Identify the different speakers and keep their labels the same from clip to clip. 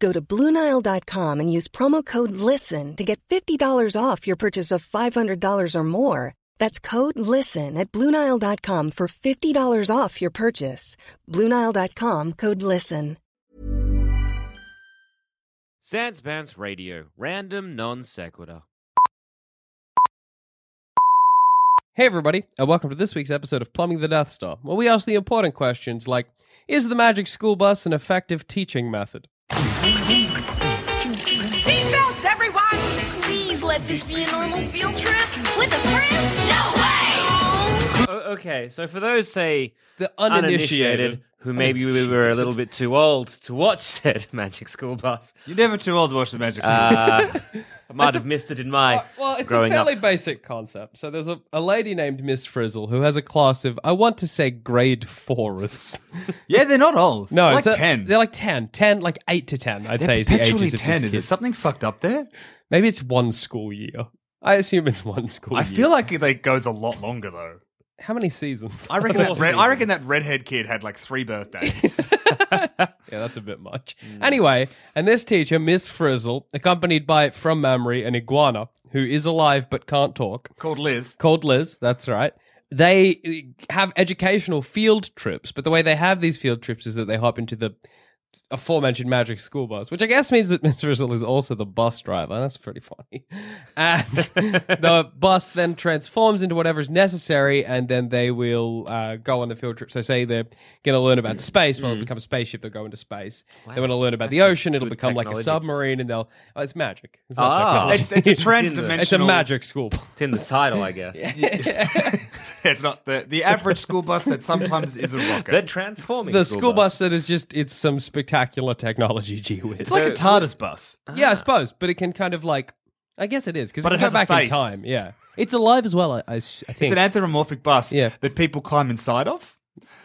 Speaker 1: Go to Bluenile.com and use promo code LISTEN to get $50 off your purchase of $500 or more. That's code LISTEN at Bluenile.com for $50 off your purchase. Bluenile.com code LISTEN.
Speaker 2: Sanspants Radio, random non sequitur.
Speaker 3: Hey, everybody, and welcome to this week's episode of Plumbing the Death Star, where we ask the important questions like Is the magic school bus an effective teaching method?
Speaker 4: Seatbelts, everyone! Please let this be a normal field trip with a friend. No way!
Speaker 2: O- okay, so for those, say,
Speaker 3: The
Speaker 2: uninitiated, who maybe we were a little bit too old to watch said Magic School Bus,
Speaker 5: You're never too old to watch the Magic School.
Speaker 2: uh, I might have missed it in my
Speaker 3: Well, it's
Speaker 2: growing
Speaker 3: a fairly
Speaker 2: up.
Speaker 3: basic concept. So there's a, a lady named Miss Frizzle who has a class of, I want to say, grade fourers.
Speaker 5: yeah, they're not old.
Speaker 3: No,
Speaker 5: They're like
Speaker 3: it's a-
Speaker 5: ten.
Speaker 3: They're like 10, 10, like 8 to 10, I'd
Speaker 5: They're
Speaker 3: say, is the
Speaker 5: perpetually
Speaker 3: ages of
Speaker 5: ten.
Speaker 3: these
Speaker 5: Is there
Speaker 3: kids.
Speaker 5: something fucked up there?
Speaker 3: Maybe it's one school year. I assume it's one school
Speaker 5: I
Speaker 3: year.
Speaker 5: feel like it like, goes a lot longer though.
Speaker 3: How many seasons?
Speaker 5: I reckon that red, I reckon that redhead kid had like three birthdays.
Speaker 3: Yeah, that's a bit much. Anyway, and this teacher, Miss Frizzle, accompanied by, from memory, an iguana who is alive but can't talk,
Speaker 5: called Liz.
Speaker 3: called Liz, that's right. They uh, have educational field trips, but the way they have these field trips is that they hop into the aforementioned magic school bus, which I guess means that Miss Frizzle is also the bus driver. That's pretty funny. And the bus then transforms into whatever is necessary, and then they will uh, go on the field trip. So, say they're going to learn
Speaker 2: Mm.
Speaker 3: about space, well, it'll become a spaceship, they'll go into space. They want to learn about the ocean, it'll
Speaker 2: good
Speaker 3: become like a
Speaker 2: technology.
Speaker 3: submarine, and they'll. Oh, it's magic. It's not
Speaker 2: Ah.
Speaker 3: technology.
Speaker 5: It's, it's a transdimensional.
Speaker 3: Oh, It's a magic school bus.
Speaker 2: It's in the title, I guess.
Speaker 5: It's not the the average school bus that sometimes is a rocket.
Speaker 2: They're transforming
Speaker 3: the school bus that is just it's some spectacular technology gee whiz
Speaker 5: it's like a TARDIS bus.
Speaker 3: yeah Uh, i suppose but it can kind of like i guess it is because
Speaker 5: Ah. But
Speaker 3: it
Speaker 5: it
Speaker 3: can go
Speaker 5: has a
Speaker 3: back in
Speaker 5: face.
Speaker 3: time yeah it's alive as well i, I s- I
Speaker 5: It's
Speaker 3: think
Speaker 5: an anthropomorphic bus
Speaker 3: Yeah.
Speaker 5: that people climb inside of.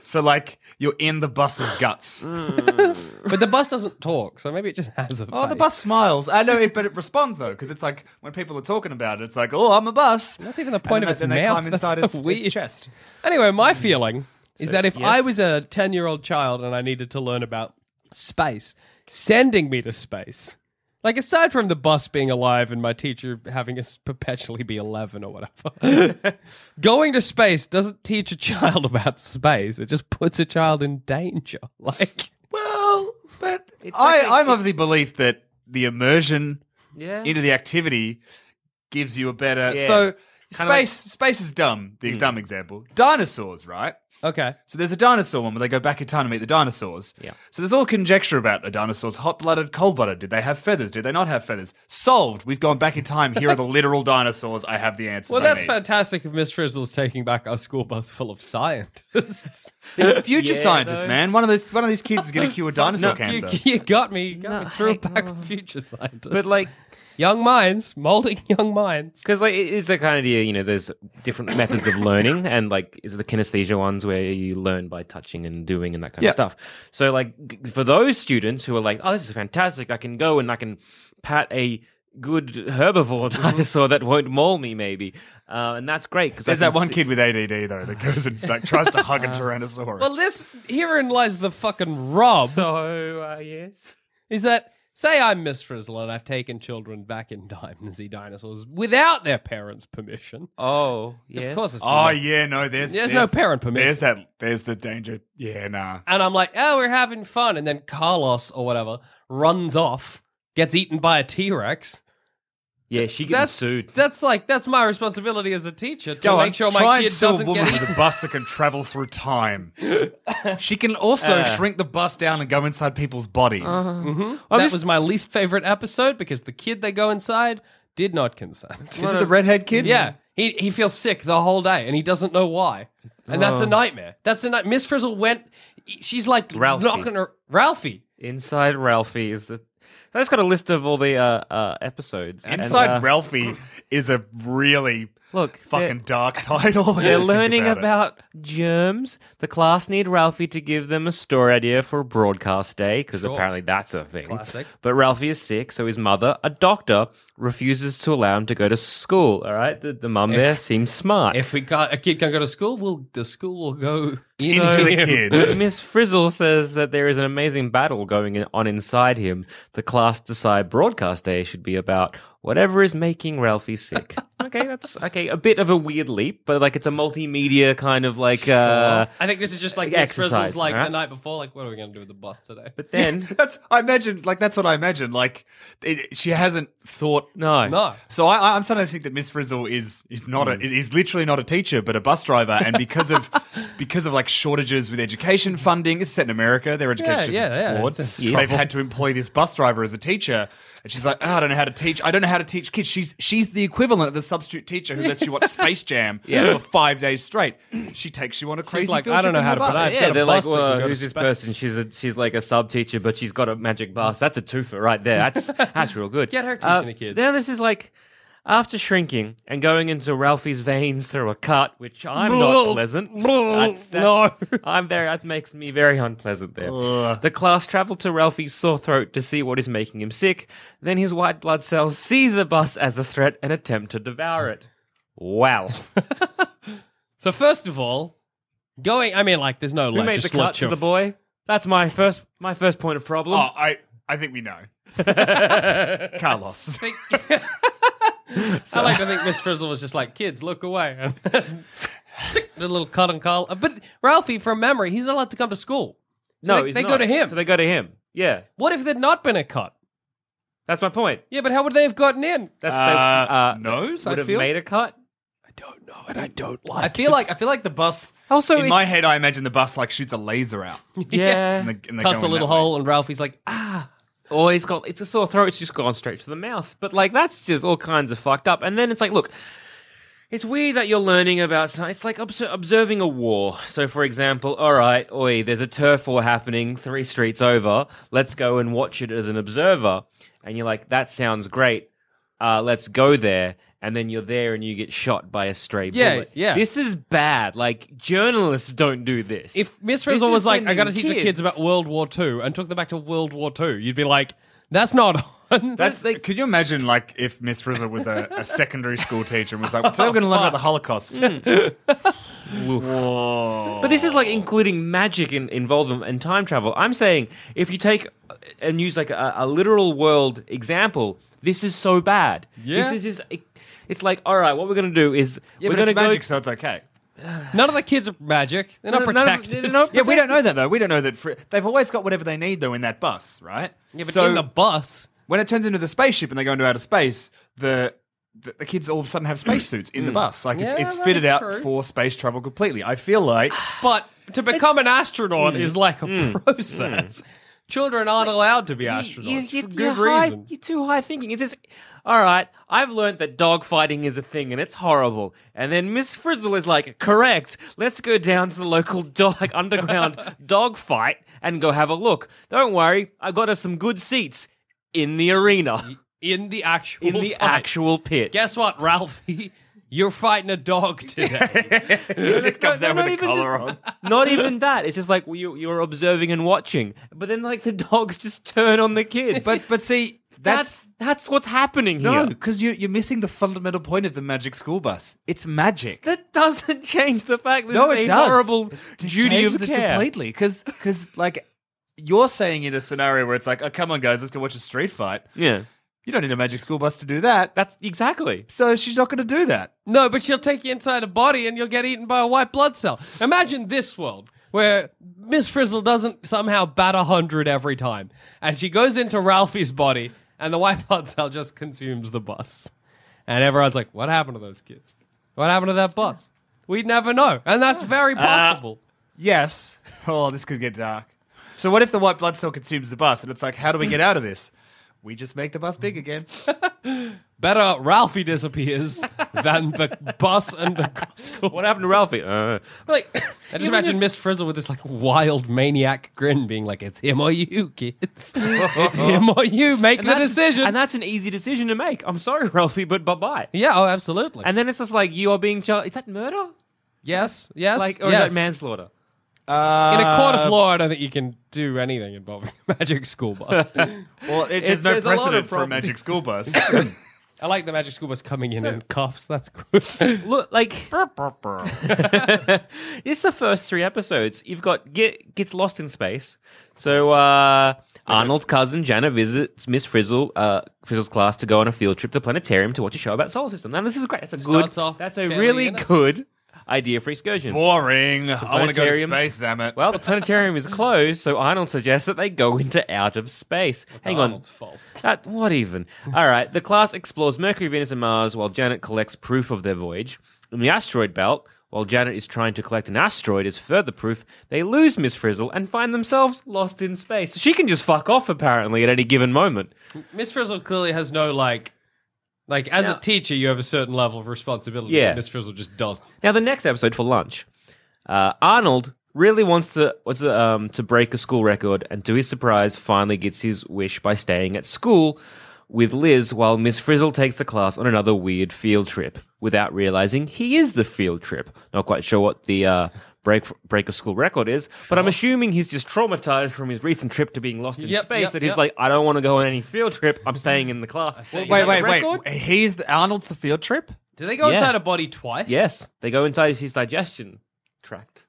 Speaker 5: So like you're in the bus's guts.
Speaker 3: Mm. but the bus doesn't talk so maybe it just has a
Speaker 5: Oh, the
Speaker 3: face.
Speaker 5: bus smiles. I know it, but it responds though, because it's like when people are talking about it, it's like, oh, I'm a bus.
Speaker 3: That's even the point
Speaker 5: and
Speaker 3: of its
Speaker 5: then they-
Speaker 3: mouth.
Speaker 5: Then they climb
Speaker 3: That's
Speaker 5: inside
Speaker 3: so
Speaker 5: its,
Speaker 3: weird.
Speaker 5: its chest.
Speaker 3: anyway my feeling is that if
Speaker 2: yes.
Speaker 3: i was a 10 year old child and i needed to learn about space sending me to space like aside from the bus being alive and my teacher having us perpetually be 11 or whatever going to space doesn't teach a child about space it just puts a child in danger like
Speaker 5: Well, but
Speaker 2: It's
Speaker 5: I,
Speaker 2: like a-
Speaker 5: I'm of the belief that the immersion
Speaker 2: Yeah.
Speaker 5: into the activity gives you a better.
Speaker 2: Yeah.
Speaker 5: So
Speaker 2: Kinda like-
Speaker 5: space, space is dumb. The dumb example, dinosaurs, right?
Speaker 3: okay
Speaker 5: So there's a dinosaur one where they go back in time to meet the dinosaurs.
Speaker 2: Yeah.
Speaker 5: So there's all conjecture about a dinosaur's hot blooded, cold blooded. Did they have feathers? Did they not have feathers? Solved. We've gone back in time. Here are the literal dinosaurs. I have the answers.
Speaker 3: well
Speaker 5: I
Speaker 3: that's
Speaker 5: need.
Speaker 3: fantastic if miss frizzle's taking back our school bus full of scientists
Speaker 5: He's a future
Speaker 2: Yeah,
Speaker 5: scientist,
Speaker 2: though.
Speaker 5: man. One of those. One of these kids is going to cure dinosaur
Speaker 3: you,
Speaker 5: cancer.
Speaker 3: you got me you got me
Speaker 2: No,
Speaker 3: through a
Speaker 2: I-
Speaker 3: pack of future scientists
Speaker 2: But like,
Speaker 3: Young minds, molding young minds.
Speaker 2: because like it- it's a kind of idea, you know, there's different methods of learning, and like is it the kinesthesia ones where you learn by touching and doing and that kind
Speaker 5: Yeah.
Speaker 2: of stuff. So like g- for those students who are like, oh, this is fantastic, I can go and I can pat a good herbivore dinosaur that won't maul me, maybe, uh, and that's great because
Speaker 5: There's that one kid with ADD though that goes and like tries to hug a tyrannosaurus.
Speaker 3: Uh, Well, this herein lies the fucking rob.
Speaker 2: So uh, yes,
Speaker 3: is that say I'm Miss Frizzle and I've taken children back in time and see dinosaurs without their parents' permission?
Speaker 2: oh yes,
Speaker 3: Of course, it's
Speaker 5: oh yeah, no, there's
Speaker 3: There's no parent permission.
Speaker 5: There's that. There's the danger. Yeah, nah.
Speaker 3: And I'm like, oh, we're having fun, and then Carlos or whatever runs off, gets eaten by a T Rex.
Speaker 2: Yeah, she gets
Speaker 3: That's
Speaker 2: sued.
Speaker 3: That's like that's my responsibility as a teacher to
Speaker 5: Go
Speaker 3: make
Speaker 5: on,
Speaker 3: sure
Speaker 5: try
Speaker 3: my
Speaker 5: and
Speaker 3: kid
Speaker 5: sue a
Speaker 3: doesn't
Speaker 5: woman
Speaker 3: get.
Speaker 5: with a bus that can travel through time. she can also
Speaker 3: Uh.
Speaker 5: shrink the bus down and go inside people's bodies.
Speaker 3: Uh-huh. that
Speaker 2: just-
Speaker 3: was my least favorite episode because the kid they go inside did not consent.
Speaker 5: Is it the redhead kid?
Speaker 3: yeah, he he feels sick the whole day and he doesn't know why, and that's
Speaker 2: Oh.
Speaker 3: a nightmare. That's a night. Miss Frizzle went. She's like
Speaker 2: Ralphie.
Speaker 3: knocking her Ralphie.
Speaker 2: Inside Ralphie is the. I just got a list of all the uh, uh, episodes. and,
Speaker 5: Inside
Speaker 2: uh,
Speaker 5: Ralphie is a really
Speaker 2: Look,
Speaker 5: fucking dark title. when
Speaker 2: They're
Speaker 5: you think
Speaker 2: learning
Speaker 5: it.
Speaker 2: about, germs. The class need Ralphie to give them a story idea for broadcast day because apparently that's a thing.
Speaker 3: Classic.
Speaker 2: But Ralphie is sick, so his mother, a doctor, refuses to allow him to go to school. All right, the, the mum there seems smart.
Speaker 3: If we got a kid can't go to school, will the school will go in
Speaker 5: into
Speaker 3: on
Speaker 5: the
Speaker 3: him.
Speaker 5: kid.
Speaker 2: Miss Frizzle says that there is an amazing battle going in- on inside him. The class decide broadcast day should be about whatever is making Ralphie sick. okay, that's okay. A bit of a weird leap, but like it's a multimedia kind of like. Uh,
Speaker 3: I think this is just like
Speaker 2: Like
Speaker 3: Miss Frizzle's
Speaker 2: exercise,
Speaker 3: like the
Speaker 2: alright?
Speaker 3: night before. Like, what are we going to do with the bus today?
Speaker 2: but then
Speaker 5: That's I imagine like that's what I imagine. Like it, she hasn't thought.
Speaker 2: no,
Speaker 3: No.
Speaker 5: So I, I- I'm starting to think that Miss Frizzle is is not
Speaker 3: Hmm.
Speaker 5: a is literally not a teacher but a bus driver, and because of because of like shortages with education funding, this is set in America. Their education is
Speaker 3: yeah, yeah,
Speaker 5: flawed.
Speaker 3: it's- it's
Speaker 5: They've had to employ this bus driver as a teacher, and she's like, "Oh, I don't know how to teach. I don't know how to teach kids. She's she's the equivalent of the substitute teacher who lets you watch Space Jam for five days straight. She takes you on a crazy.
Speaker 3: like,
Speaker 5: field
Speaker 3: "I don't
Speaker 5: trip
Speaker 3: know
Speaker 5: in
Speaker 3: how
Speaker 5: her
Speaker 3: to,
Speaker 5: bus.
Speaker 3: but I- I've got
Speaker 2: yeah,
Speaker 3: a
Speaker 2: they're like,
Speaker 3: bus that can
Speaker 2: well,
Speaker 3: go
Speaker 2: who's
Speaker 3: to
Speaker 2: this
Speaker 3: space."
Speaker 2: person? She's a she's like a sub teacher, but she's got a magic bus. That's a twofer right there. That's that's real good.
Speaker 3: Get her
Speaker 2: Uh,
Speaker 3: teaching the kids.
Speaker 2: Now this is like. After shrinking and going into Ralphie's veins through a cut, which I'm not pleasant. That's, that's,
Speaker 3: No.
Speaker 2: I'm very. That makes me very unpleasant. There, the class travel to Ralphie's sore throat to see what is making him sick. Then his white blood cells see the bus as a threat and attempt to devour it. Wow.
Speaker 3: So first of all, going. I mean, like, there's no
Speaker 2: Who made the cut
Speaker 3: legislature.
Speaker 2: to the boy? That's my first my first point of problem.
Speaker 5: Oh, I I think we know. Carlos.
Speaker 3: I like to think Miss Frizzle was just like, kids, look away. And sick, the little cut and call. But Ralphie, from memory, he's not allowed to come to school. So
Speaker 2: no,
Speaker 3: they,
Speaker 2: he's
Speaker 3: they go
Speaker 2: not.
Speaker 3: to him.
Speaker 2: So they go to him. Yeah,
Speaker 3: what if there'd not been a cut?
Speaker 2: that's my point.
Speaker 3: Yeah, but how would they have gotten in?
Speaker 2: That,
Speaker 5: Uh,
Speaker 2: they,
Speaker 5: nose, I
Speaker 2: would have
Speaker 5: feel?
Speaker 2: made a cut.
Speaker 5: don't know, and I don't like. I feel like I feel like the bus.
Speaker 2: Also,
Speaker 5: in
Speaker 2: it's-
Speaker 5: my head, I imagine the bus like shoots a laser out.
Speaker 2: Yeah,
Speaker 5: And they- and they
Speaker 3: Cuts a
Speaker 5: go in
Speaker 3: little
Speaker 5: that way.
Speaker 3: hole, and Ralphie's like, ah.
Speaker 2: or he's got it's a sore throat. It's just gone straight to the mouth. But like that's just all kinds of fucked up. And then it's like, look, it's weird that you're learning about. some- It's like obs- observing a war. So for example, all right, oi, there's a turf war happening three streets over. Let's go and watch it as an observer. And you're like, that sounds great. Uh, let's go there. And then you're there and you get shot by a stray
Speaker 3: Yeah,
Speaker 2: bullet.
Speaker 3: yeah.
Speaker 2: This is bad. Like journalists don't do this.
Speaker 3: If Miss
Speaker 2: This
Speaker 3: Frizzle
Speaker 2: is
Speaker 3: was like, I
Speaker 2: sending
Speaker 3: got to teach the kids about World War II and took them back to World War II, you'd be like, that's not on.
Speaker 5: That's. could you imagine like if Miss Frizzle was a, a secondary school teacher and was like,
Speaker 3: Oh,
Speaker 5: "Today we're going to learn about the Holocaust." Whoa.
Speaker 2: But this is like including magic in, involvement and time travel. I'm saying if you take and use like a, a literal world example, this is so bad.
Speaker 3: Yeah.
Speaker 2: This is just. It, it's like, all right, what we're going to do is
Speaker 5: yeah,
Speaker 2: we're
Speaker 5: but
Speaker 2: going to
Speaker 5: it's
Speaker 2: go.
Speaker 5: magic, so it's okay.
Speaker 3: None of the kids are magic. They're not
Speaker 2: No, no, no,
Speaker 3: protected.
Speaker 2: they're not
Speaker 5: Yeah, we don't
Speaker 2: protected.
Speaker 5: know that though. We don't know that. Fri- They've always got whatever they need though in that bus, right?
Speaker 3: Yeah, but
Speaker 5: so
Speaker 3: in the bus,
Speaker 5: when it turns into the spaceship and they go into outer space, the the, the kids all of a sudden have spacesuits in the bus. Like it's,
Speaker 3: Hmm. Yeah,
Speaker 5: it's
Speaker 3: that
Speaker 5: fitted
Speaker 3: is
Speaker 5: out
Speaker 3: true.
Speaker 5: for space travel completely. I feel like
Speaker 3: But to become an astronaut is like a process. Children aren't allowed to be astronauts for
Speaker 2: you're
Speaker 3: good
Speaker 2: high,
Speaker 3: reason.
Speaker 2: You're too high thinking. It's just, all right, I've learned that dogfighting is a thing and it's horrible. And then Miss Frizzle is like, correct, let's go down to the local dog underground dogfight and go have a look. Don't worry, I got us some good seats in the arena,
Speaker 3: In the actual
Speaker 2: in the
Speaker 3: fight.
Speaker 2: actual pit.
Speaker 3: Guess what, Ralphie? You're fighting a dog today.
Speaker 5: it just comes
Speaker 2: no,
Speaker 5: out
Speaker 2: no,
Speaker 5: with a
Speaker 2: even just-
Speaker 5: collar on.
Speaker 2: Not even that. It's just like you, you're observing and watching. But then, like, the dogs just turn on the kids.
Speaker 5: But but see,
Speaker 2: that's,
Speaker 5: that's,
Speaker 2: that's what's happening
Speaker 5: no,
Speaker 2: here.
Speaker 5: because you you're missing the fundamental point of the magic school bus. It's magic.
Speaker 2: That doesn't change the fact that
Speaker 5: no,
Speaker 2: this
Speaker 5: it
Speaker 2: is a
Speaker 5: does.
Speaker 2: horrible
Speaker 5: It
Speaker 2: duty of
Speaker 5: changes it
Speaker 2: care.
Speaker 5: completely because because like you're saying in a scenario where it's like, oh come on guys, let's go watch a street fight.
Speaker 2: Yeah,
Speaker 5: You don't need a magic school bus to do that.
Speaker 2: that's exactly.
Speaker 5: So she's not going to do that.
Speaker 3: no, but she'll take you inside a body and you'll get eaten by a white blood cell. Imagine this world where Miss Frizzle doesn't somehow bat a hundred every time, and she goes into Ralphie's body, and the white blood cell just consumes the bus. And everyone's like, what happened to those kids? What happened to that bus? We'd never know. And that's very possible.
Speaker 5: Yes. Oh, this could get dark. So what if the white blood cell consumes the bus and it's like, how do we get out of this? We just make the bus big again.
Speaker 3: Better Ralphie disappears than the bus and the school.
Speaker 2: What happened to Ralphie? Uh, like,
Speaker 3: I just imagine Miss Frizzle with this like wild maniac grin being like, it's him or you, kids. it's him or you. Make the
Speaker 2: that's-
Speaker 3: decision.
Speaker 2: and that's an easy decision to make. I'm sorry, Ralphie, but bye bye.
Speaker 3: yeah, oh, absolutely.
Speaker 2: And then it's just like you are being charged. Is that murder?
Speaker 3: yes, yes.
Speaker 2: Like, or
Speaker 3: yes.
Speaker 2: is that Uh, manslaughter?
Speaker 3: In a court
Speaker 5: Uh,
Speaker 3: of law, I don't think you can do anything involving a magic school bus.
Speaker 5: Well, it, there's no
Speaker 2: there's a lot of
Speaker 5: precedent for a
Speaker 2: problems.
Speaker 5: magic school bus.
Speaker 3: I like the magic school bus coming in in cuffs. That's good.
Speaker 2: Look, like it's the first three episodes. You've got get gets lost in space. So uh, Arnold's cousin Jana visits Miss Frizzle, uh, Frizzle's class, to go on a field trip to the planetarium to watch a show about solar system. Now this is great. That's a
Speaker 3: Starts
Speaker 2: good.
Speaker 3: off
Speaker 2: that's a
Speaker 3: fairly
Speaker 2: really
Speaker 3: innocent.
Speaker 2: good idea for excursion.
Speaker 5: Boring. I want to go to
Speaker 2: planetarium.
Speaker 5: space, damn it.
Speaker 2: Well, the planetarium is closed, so Arnold suggests that they go into out of space. Hang on.
Speaker 3: Arnold's fault.
Speaker 2: That, what even? All right. The class explores Mercury, Venus, and Mars while Janet collects proof of their voyage. In the asteroid belt, while Janet is trying to collect an asteroid as further proof, they lose Miss Frizzle and find themselves lost in space. She can just fuck off, apparently, at any given moment.
Speaker 3: Miss Frizzle clearly has no like, like as a teacher, you have a certain level of responsibility.
Speaker 2: Yeah.
Speaker 3: Miss Frizzle just doesn't.
Speaker 2: Now, the next episode for lunch, uh, Arnold really wants to wants to, um, to break a school record, and to his surprise, finally gets his wish by staying at school with Liz while Miss Frizzle takes the class on another weird field trip without realizing he is the field trip. Not quite sure what the. Uh, Break, break a school record is, but I'm assuming he's just traumatized from his recent trip to being lost in
Speaker 3: Yep,
Speaker 2: space.
Speaker 3: yep,
Speaker 2: that he's
Speaker 3: yep.
Speaker 2: like, I don't want to go on any field trip. I'm staying in the class. Is
Speaker 5: wait,
Speaker 2: that
Speaker 5: wait,
Speaker 2: the record?
Speaker 5: wait. He's the, Arnold's the field trip?
Speaker 3: Do they go
Speaker 2: Yeah.
Speaker 3: inside a body twice?
Speaker 2: Yes, they go inside his digestion tract.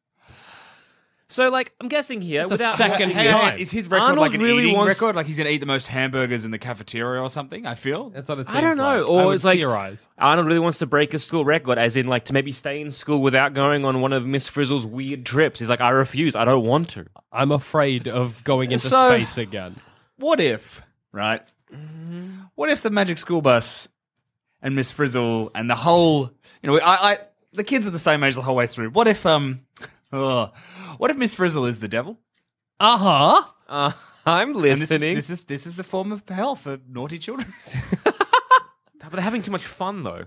Speaker 2: So, like, I'm guessing here
Speaker 3: a
Speaker 2: without
Speaker 3: second
Speaker 2: having
Speaker 3: Hang
Speaker 2: this-
Speaker 3: on, time.
Speaker 5: is his record
Speaker 2: Arnold
Speaker 5: like an
Speaker 2: really
Speaker 5: eating
Speaker 2: wants-
Speaker 5: record? Like he's going to eat the most hamburgers in the cafeteria or something, I feel?
Speaker 3: that's what it seems
Speaker 2: I don't know,
Speaker 3: like.
Speaker 2: or
Speaker 3: I would
Speaker 2: it's like
Speaker 3: theorize.
Speaker 2: Arnold really wants to break a school record, as in, like, to maybe stay in school without going on one of Miss Frizzle's weird trips. He's like, I refuse, I don't want to.
Speaker 3: I'm afraid of going into
Speaker 5: So-
Speaker 3: space again.
Speaker 5: What if, right?
Speaker 3: Mm-hmm.
Speaker 5: What if the magic school bus and Miss Frizzle and the whole, you know, I, I the kids are the same age the whole way through. What if, um, ugh, what if Miss Frizzle is the devil?
Speaker 3: Uh huh.
Speaker 2: Uh, I'm
Speaker 5: And this,
Speaker 2: listening.
Speaker 5: this is this is a form of hell for naughty children.
Speaker 2: But they're having too much fun, though.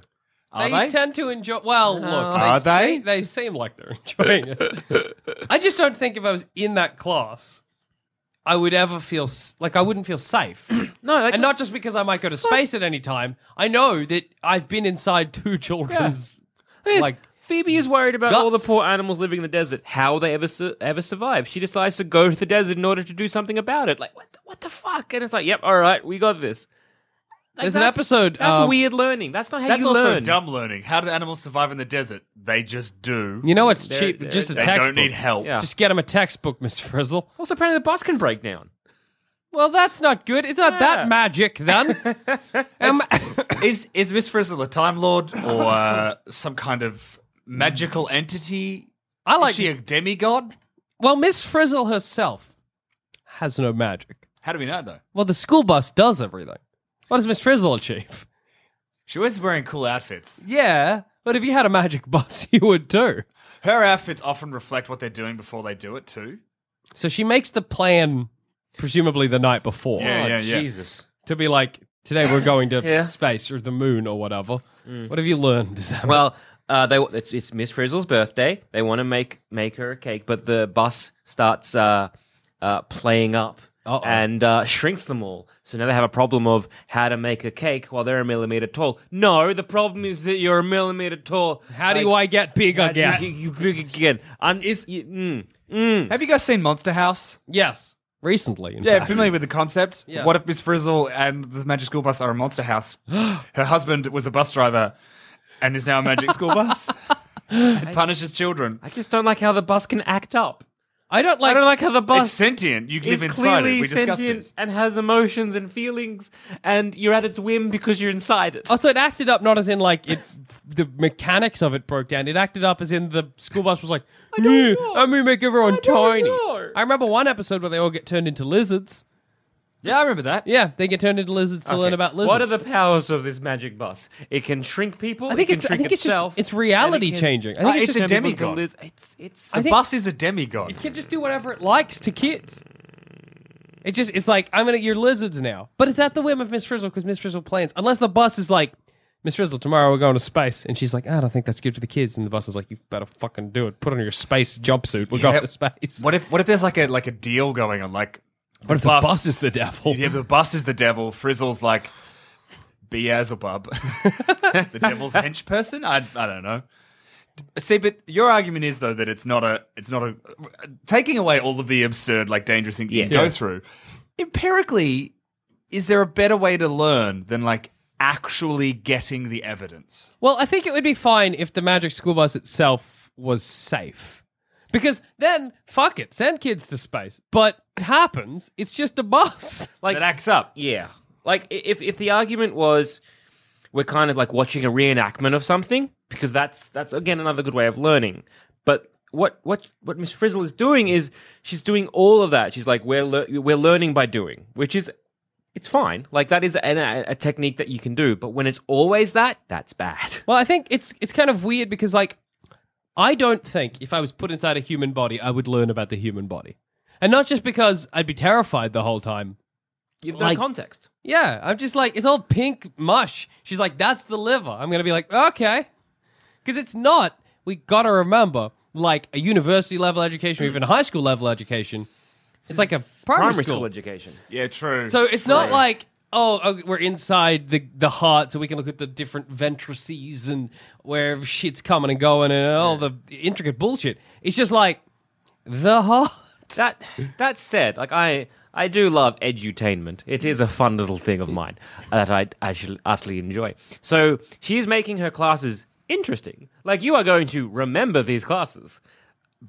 Speaker 5: Are
Speaker 3: They, Ah.
Speaker 5: they?
Speaker 3: tend to enjoy. Well, look,
Speaker 5: Are
Speaker 3: they?
Speaker 5: they?
Speaker 3: se- they seem like they're enjoying it. I just don't think if I was in that class, I would ever feel s- like I wouldn't feel safe.
Speaker 2: No, like,
Speaker 3: and not just because I might go to space at any time. I know that I've been inside two children's.
Speaker 2: like
Speaker 3: like,
Speaker 2: Phoebe is worried about all the
Speaker 3: guts.
Speaker 2: poor animals living in the desert. How they ever su- ever survive? She decides to go to the desert in order to do something about it. Like, what? The, what the fuck? And it's like, yep, all right, we got this. Like,
Speaker 3: There's an
Speaker 2: that's-
Speaker 3: episode,
Speaker 2: That's
Speaker 3: um,
Speaker 2: weird learning. That's not how
Speaker 5: That's
Speaker 2: you
Speaker 5: also
Speaker 2: learn.
Speaker 5: dumb learning. How do the animals survive in the desert? They just do.
Speaker 3: You know what's
Speaker 2: They're-
Speaker 3: cheap?
Speaker 2: they're-
Speaker 3: just a
Speaker 5: they
Speaker 3: textbook.
Speaker 5: don't need help.
Speaker 2: Yeah.
Speaker 3: Just get him a textbook, Miss Frizzle.
Speaker 2: Also, apparently the bus can break down.
Speaker 3: Well, that's not good. It's not
Speaker 2: Yeah.
Speaker 3: that magic then. um,
Speaker 5: is is Miss Frizzle a Time Lord or uh, some kind of magical entity?
Speaker 3: I like.
Speaker 5: is she a demigod?
Speaker 3: well, Miss Frizzle herself has no magic.
Speaker 5: How do we know though?
Speaker 3: Well, the school bus does everything. What does Miss Frizzle achieve?
Speaker 5: She was wearing cool outfits.
Speaker 3: Yeah, but if you had a magic bus, you would too.
Speaker 5: Her outfits often reflect what they're doing before they do it too.
Speaker 3: So she makes the plan, presumably the night before,
Speaker 5: Yeah, yeah, yeah.
Speaker 2: Jesus.
Speaker 3: to be like, today we're going to
Speaker 2: Yeah.
Speaker 3: space or the moon or whatever. What have you learned? Is that
Speaker 2: Well, uh, they it's, it's Miss Frizzle's birthday. They want to make make her a cake, but the bus starts uh, uh, playing up
Speaker 3: Uh-oh.
Speaker 2: and uh, shrinks them all. So now they have a problem of how to make a cake while they're a millimeter tall. No, the problem is that you're a millimeter tall.
Speaker 3: how do I get big again?
Speaker 2: You, you big again. Un- is you, mm, mm.
Speaker 5: Have you guys seen Monster House?
Speaker 3: yes, recently. In
Speaker 5: Yeah,
Speaker 3: fact.
Speaker 5: familiar with the concept.
Speaker 3: Yeah.
Speaker 5: What if Miss Frizzle and the Magic School Bus are a monster house? Her husband was a bus driver and is now a Magic School Bus. It punishes children.
Speaker 2: I just don't like how the bus can act up.
Speaker 3: I don't like.
Speaker 2: I don't like how the bus
Speaker 5: It's sentient. You
Speaker 2: is
Speaker 5: live inside
Speaker 2: clearly
Speaker 5: it. We discussed
Speaker 2: sentient
Speaker 5: this.
Speaker 2: and has emotions and feelings, and you're at its whim because you're inside
Speaker 5: Oh,
Speaker 2: it.
Speaker 3: Also, Oh, it acted up not as in like it, the mechanics of it broke down. It acted up as in the school bus was like, yeah,
Speaker 2: know.
Speaker 3: I'm gonna make everyone
Speaker 2: don't
Speaker 3: tiny.
Speaker 2: know."
Speaker 3: I remember one episode where they all get turned into lizards.
Speaker 5: Yeah, I remember that.
Speaker 3: Yeah, they get turned into lizards to
Speaker 2: Okay.
Speaker 3: learn about lizards.
Speaker 2: What are the powers of this magic bus? It can shrink people.
Speaker 3: I think
Speaker 2: it can
Speaker 3: it's. I
Speaker 2: shrink
Speaker 3: think it's
Speaker 2: itself.
Speaker 3: just. It's reality
Speaker 2: and it can Oh,
Speaker 3: changing. I
Speaker 5: Uh,
Speaker 3: think it's,
Speaker 5: it's
Speaker 3: just
Speaker 5: a
Speaker 2: turn people
Speaker 5: demigod.
Speaker 2: into liz- It's it's.
Speaker 5: The
Speaker 3: think-
Speaker 5: bus is a demigod.
Speaker 3: It can just do whatever it likes to kids. It just it's like I'm gonna you're lizards now, but it's at the whim of Miss Frizzle because Miss Frizzle plans. Unless the bus is like Miss Frizzle, tomorrow we're going to space, and she's like, "Ah, I don't think that's good for the kids, and the bus is like, you better fucking do it. Put on your space jumpsuit. We're
Speaker 5: Yeah.
Speaker 3: going to space.
Speaker 5: What if what if there's like a like a deal going on? Like
Speaker 3: What if
Speaker 5: bus-
Speaker 3: the bus is the devil?
Speaker 5: yeah, the bus is the devil. Frizzle's like Beelzebub, the devil's hench person. I I don't know. See, but your argument is though that it's not a it's not a taking away all of the absurd like dangerous things you
Speaker 2: Yes.
Speaker 5: go through. Empirically, is there a better way to learn than like actually getting the evidence?
Speaker 3: Well, I think it would be fine if the magic school bus itself was safe. Because then, fuck it, send kids to space. But it happens, it's just a bus.
Speaker 2: like
Speaker 5: that acts up.
Speaker 2: Yeah. Like i- if if the argument was we're kind of like watching a reenactment of something because that's that's again another good way of learning. But what what what Miss Frizzle is doing is she's doing all of that. She's like we're lear we're learning by doing, which is it's fine. Like that is an, a, a technique that you can do, but when it's always that, that's bad.
Speaker 3: Well, I think it's it's kind of weird because like I don't think if I was put inside a human body, I would learn about the human body. And not just because I'd be terrified the whole time.
Speaker 2: You've no
Speaker 3: Like-
Speaker 2: context.
Speaker 3: Yeah, I'm just like it's all pink mush. She's like that's the liver. I'm going to be like, "Okay." Cuz it's not we got to remember like a university level education or even a high school level education. It's like a primary,
Speaker 2: Primary school,
Speaker 3: school
Speaker 2: education.
Speaker 5: Yeah, true.
Speaker 3: so it's not like oh, oh we're inside the the heart, so we can look at the different ventrices and where shit's coming and going and all the intricate bullshit. It's just like the heart.
Speaker 2: That that said, like I I do love edutainment. It is a fun little thing of mine that I actually utterly enjoy. So she is making her classes interesting. Like you are going to remember these classes.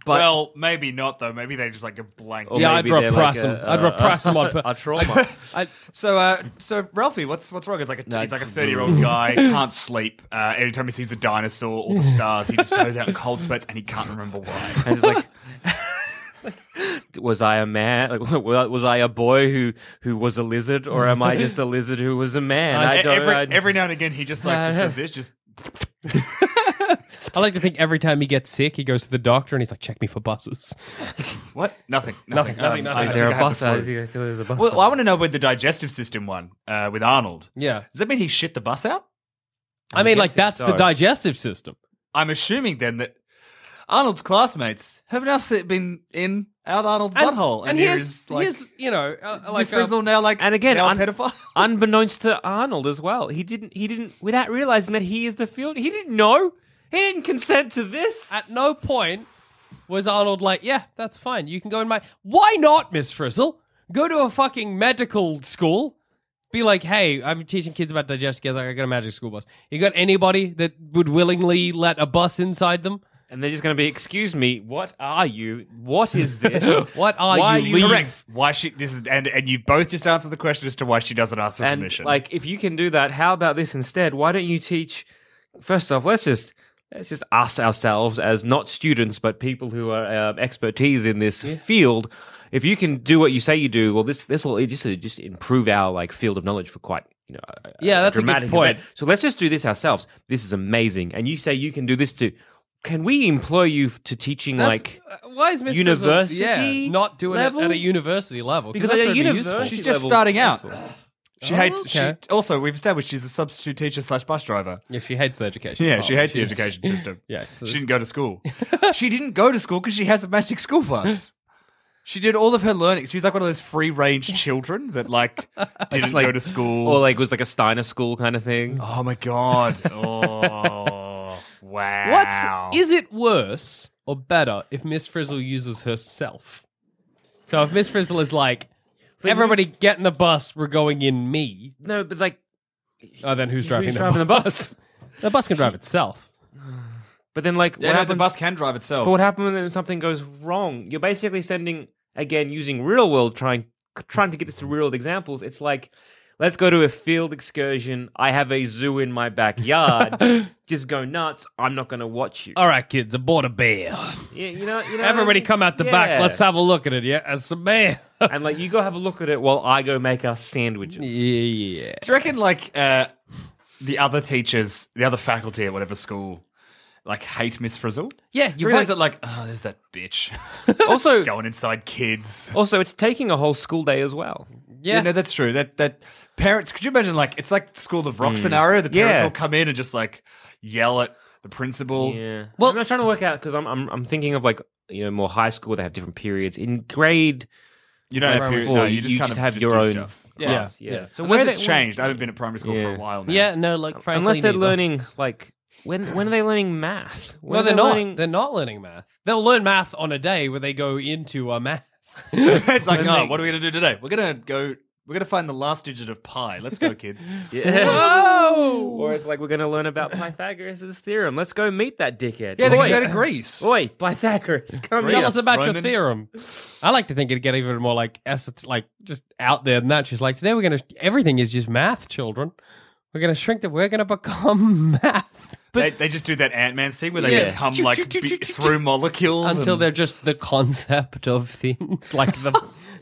Speaker 2: But
Speaker 5: well, maybe not though. Maybe they just like a blank.
Speaker 2: or
Speaker 3: Yeah,
Speaker 2: maybe
Speaker 3: I'd
Speaker 2: they're
Speaker 3: repress
Speaker 2: like
Speaker 3: 'em. I'd repress 'em on pur-
Speaker 2: a trauma.
Speaker 3: I,
Speaker 5: So, uh, so Ralphie, what's what's wrong? It's like a,
Speaker 2: No,
Speaker 5: he's like a thirty-year-old guy can't sleep. Uh, every time he sees a dinosaur or the stars, he just goes out in cold sweats, and he can't remember why.
Speaker 2: and it's like was I a man? Like, wa- was I a boy who who was a lizard, or am I just a lizard who was a man? I
Speaker 5: E-
Speaker 2: don't.
Speaker 5: every,
Speaker 2: I-
Speaker 5: every now and again, he just like just does this. Just
Speaker 3: I like to think every time he gets sick, he goes to the doctor and he's like, "Check me for buses."
Speaker 5: what? Nothing. Nothing.
Speaker 3: Nothing,
Speaker 5: Um,
Speaker 3: nothing.
Speaker 5: I
Speaker 2: is
Speaker 5: think
Speaker 2: there
Speaker 5: I
Speaker 2: a
Speaker 5: have the
Speaker 2: bus? I
Speaker 5: flu.
Speaker 2: think I feel there's a bus.
Speaker 5: Well, I want to know with the digestive system one uh, with Arnold.
Speaker 3: Yeah,
Speaker 5: Does that mean he shit the bus out?
Speaker 3: I mean, like
Speaker 2: guessing
Speaker 3: that's the
Speaker 2: so.
Speaker 3: digestive system.
Speaker 5: I'm assuming then that Arnold's classmates have now sit- been in out Arnold's butthole, and, here
Speaker 3: here's,
Speaker 5: is like
Speaker 3: here's you know, uh,
Speaker 5: Miss
Speaker 3: like uh,
Speaker 5: Frizzle now like
Speaker 2: and again,
Speaker 5: now a
Speaker 2: un-
Speaker 5: pedophile.
Speaker 2: unbeknownst to Arnold as well. He didn't. He didn't without realizing that he is the field. He didn't know. He didn't consent to this.
Speaker 3: at no point was Arnold like, yeah, that's fine. You can go in my. Why not, Miss Frizzle? Go to a fucking medical school. Be like, hey, I'm teaching kids about digestive care. Like, I got a magic school bus. You got anybody that would willingly let a bus inside them?
Speaker 2: and they're just going to be, excuse me, what are you? What is this?
Speaker 3: What are
Speaker 2: Why
Speaker 3: you?
Speaker 2: you
Speaker 3: leave?"
Speaker 5: Correct. Why she? This is and and you both just answered the question as to why she doesn't ask for
Speaker 2: and
Speaker 5: permission.
Speaker 2: like, if you can do that, how about this instead? Why don't you teach? First off, let's just let's just us ourselves as not students, but people who are um, expertise in this field. If you can do what you say you do, well, this this will it just just improve our like field of knowledge for quite you know. a-
Speaker 3: Yeah, that's a
Speaker 2: dramatic
Speaker 3: good point.
Speaker 2: event. So let's just do this ourselves. This is amazing. And you say you can do this too. Can we employ you f- to teaching
Speaker 3: That's-
Speaker 2: like
Speaker 3: uh, why is Miss
Speaker 2: university
Speaker 3: Frizzle, yeah, not doing
Speaker 2: level?
Speaker 3: it at a university level?
Speaker 2: because
Speaker 3: that's
Speaker 2: at
Speaker 3: where
Speaker 2: a
Speaker 3: it'd be
Speaker 2: university
Speaker 3: useful.
Speaker 5: She's just
Speaker 2: level-
Speaker 5: starting out.
Speaker 2: useful.
Speaker 5: she
Speaker 2: Oh,
Speaker 5: hates.
Speaker 3: okay.
Speaker 5: She also we've established she's a substitute teacher slash bus driver.
Speaker 3: Yeah, she hates the education.
Speaker 5: Yeah, she
Speaker 3: department.
Speaker 5: hates the
Speaker 3: She's-
Speaker 5: education system.
Speaker 3: Oh, Yeah, so
Speaker 5: she didn't go to school. she didn't go to school because she has a magic school bus. She did all of her learning. She's like one of those free range children that like didn't
Speaker 2: like-
Speaker 5: go to school.
Speaker 2: Or like was like a Steiner school kind of thing.
Speaker 5: oh my god! Oh wow!
Speaker 3: What's is it worse or better if Miss Frizzle uses herself? So if Miss Frizzle is like, everybody get in the bus, we're going in me.
Speaker 2: No, but like
Speaker 3: Oh, then who's driving,
Speaker 2: who's
Speaker 3: the,
Speaker 2: driving the
Speaker 3: bus?
Speaker 2: bus?
Speaker 3: The bus can drive itself.
Speaker 2: But then like
Speaker 5: Yeah,
Speaker 2: what
Speaker 5: no, the
Speaker 2: happened?
Speaker 5: bus can drive itself.
Speaker 2: But what happens when something goes wrong? You're basically sending again using real world trying trying to get this to real world examples. It's like Let's go to a field excursion. I have a zoo in my backyard. Just go nuts. I'm not going to watch you.
Speaker 3: All right, kids, aboard a bear.
Speaker 2: Yeah, you know, you know
Speaker 3: Everybody Oh. come out the back.
Speaker 2: yeah.
Speaker 3: Let's have a look at it, yeah? As a bear.
Speaker 2: and like you go have a look at it while I go make us sandwiches.
Speaker 3: yeah.
Speaker 5: Do you reckon like uh, the other teachers, the other faculty at whatever school, like hate Miss Frizzle?
Speaker 3: Yeah,
Speaker 5: you
Speaker 3: you
Speaker 5: realize
Speaker 3: vote-
Speaker 5: that like, oh, there's that bitch
Speaker 2: Also,
Speaker 5: going inside kids.
Speaker 2: also it's taking a whole school day as well.
Speaker 5: Yeah. no, that's true. That that parents. Could you imagine like it's like the School of Rock scenario? The parents
Speaker 2: Yeah.
Speaker 5: all come in and just like yell at the principal.
Speaker 2: Yeah.
Speaker 3: Well-
Speaker 2: Well, I'm not trying to work out because I'm, I'm I'm thinking of like you know more high school. They have different periods in grade.
Speaker 5: You don't
Speaker 2: Like,
Speaker 5: have periods.
Speaker 2: four,
Speaker 5: No, you
Speaker 2: you
Speaker 5: just
Speaker 2: just
Speaker 5: kind of
Speaker 2: have
Speaker 5: just
Speaker 2: your
Speaker 5: do
Speaker 2: own
Speaker 5: stuff.
Speaker 3: Yeah.
Speaker 2: class. Yeah. So
Speaker 5: Unless
Speaker 2: where
Speaker 5: it's
Speaker 2: they-
Speaker 5: changed. I haven't been at primary school for a
Speaker 2: Yeah.
Speaker 5: while now.
Speaker 3: Yeah, no, like, frankly.
Speaker 2: Unless they're
Speaker 3: neither.
Speaker 2: learning like when when are they learning math? When
Speaker 3: No,
Speaker 2: are
Speaker 3: they're
Speaker 2: they
Speaker 3: not.
Speaker 2: learning-
Speaker 3: They're not learning math. They'll learn math on a day where they go into a math.
Speaker 5: it's like,
Speaker 2: When
Speaker 5: oh,
Speaker 2: they-
Speaker 5: what are we gonna do today? We're gonna go. We're gonna find the last digit of pi. Let's go, kids.
Speaker 2: Yeah.
Speaker 3: Oh!
Speaker 2: Or it's like we're going to learn about Pythagoras' theorem. Let's go meet that dickhead.
Speaker 5: Yeah, they
Speaker 2: Oi,
Speaker 5: can go to Greece.
Speaker 2: oi, Pythagoras, come
Speaker 5: Greece.
Speaker 3: Tell
Speaker 2: here.
Speaker 3: us about your
Speaker 5: Roman.
Speaker 3: theorem. I like to think it'd get even more like esot- like just out there than that. She's like, today we're gonna everything is just math, children. We're gonna shrink the we're gonna become math
Speaker 5: they, they just do that Ant Man thing where they
Speaker 2: Yeah.
Speaker 5: become like be- through molecules
Speaker 3: until
Speaker 5: and
Speaker 3: they're just the concept of things, like the,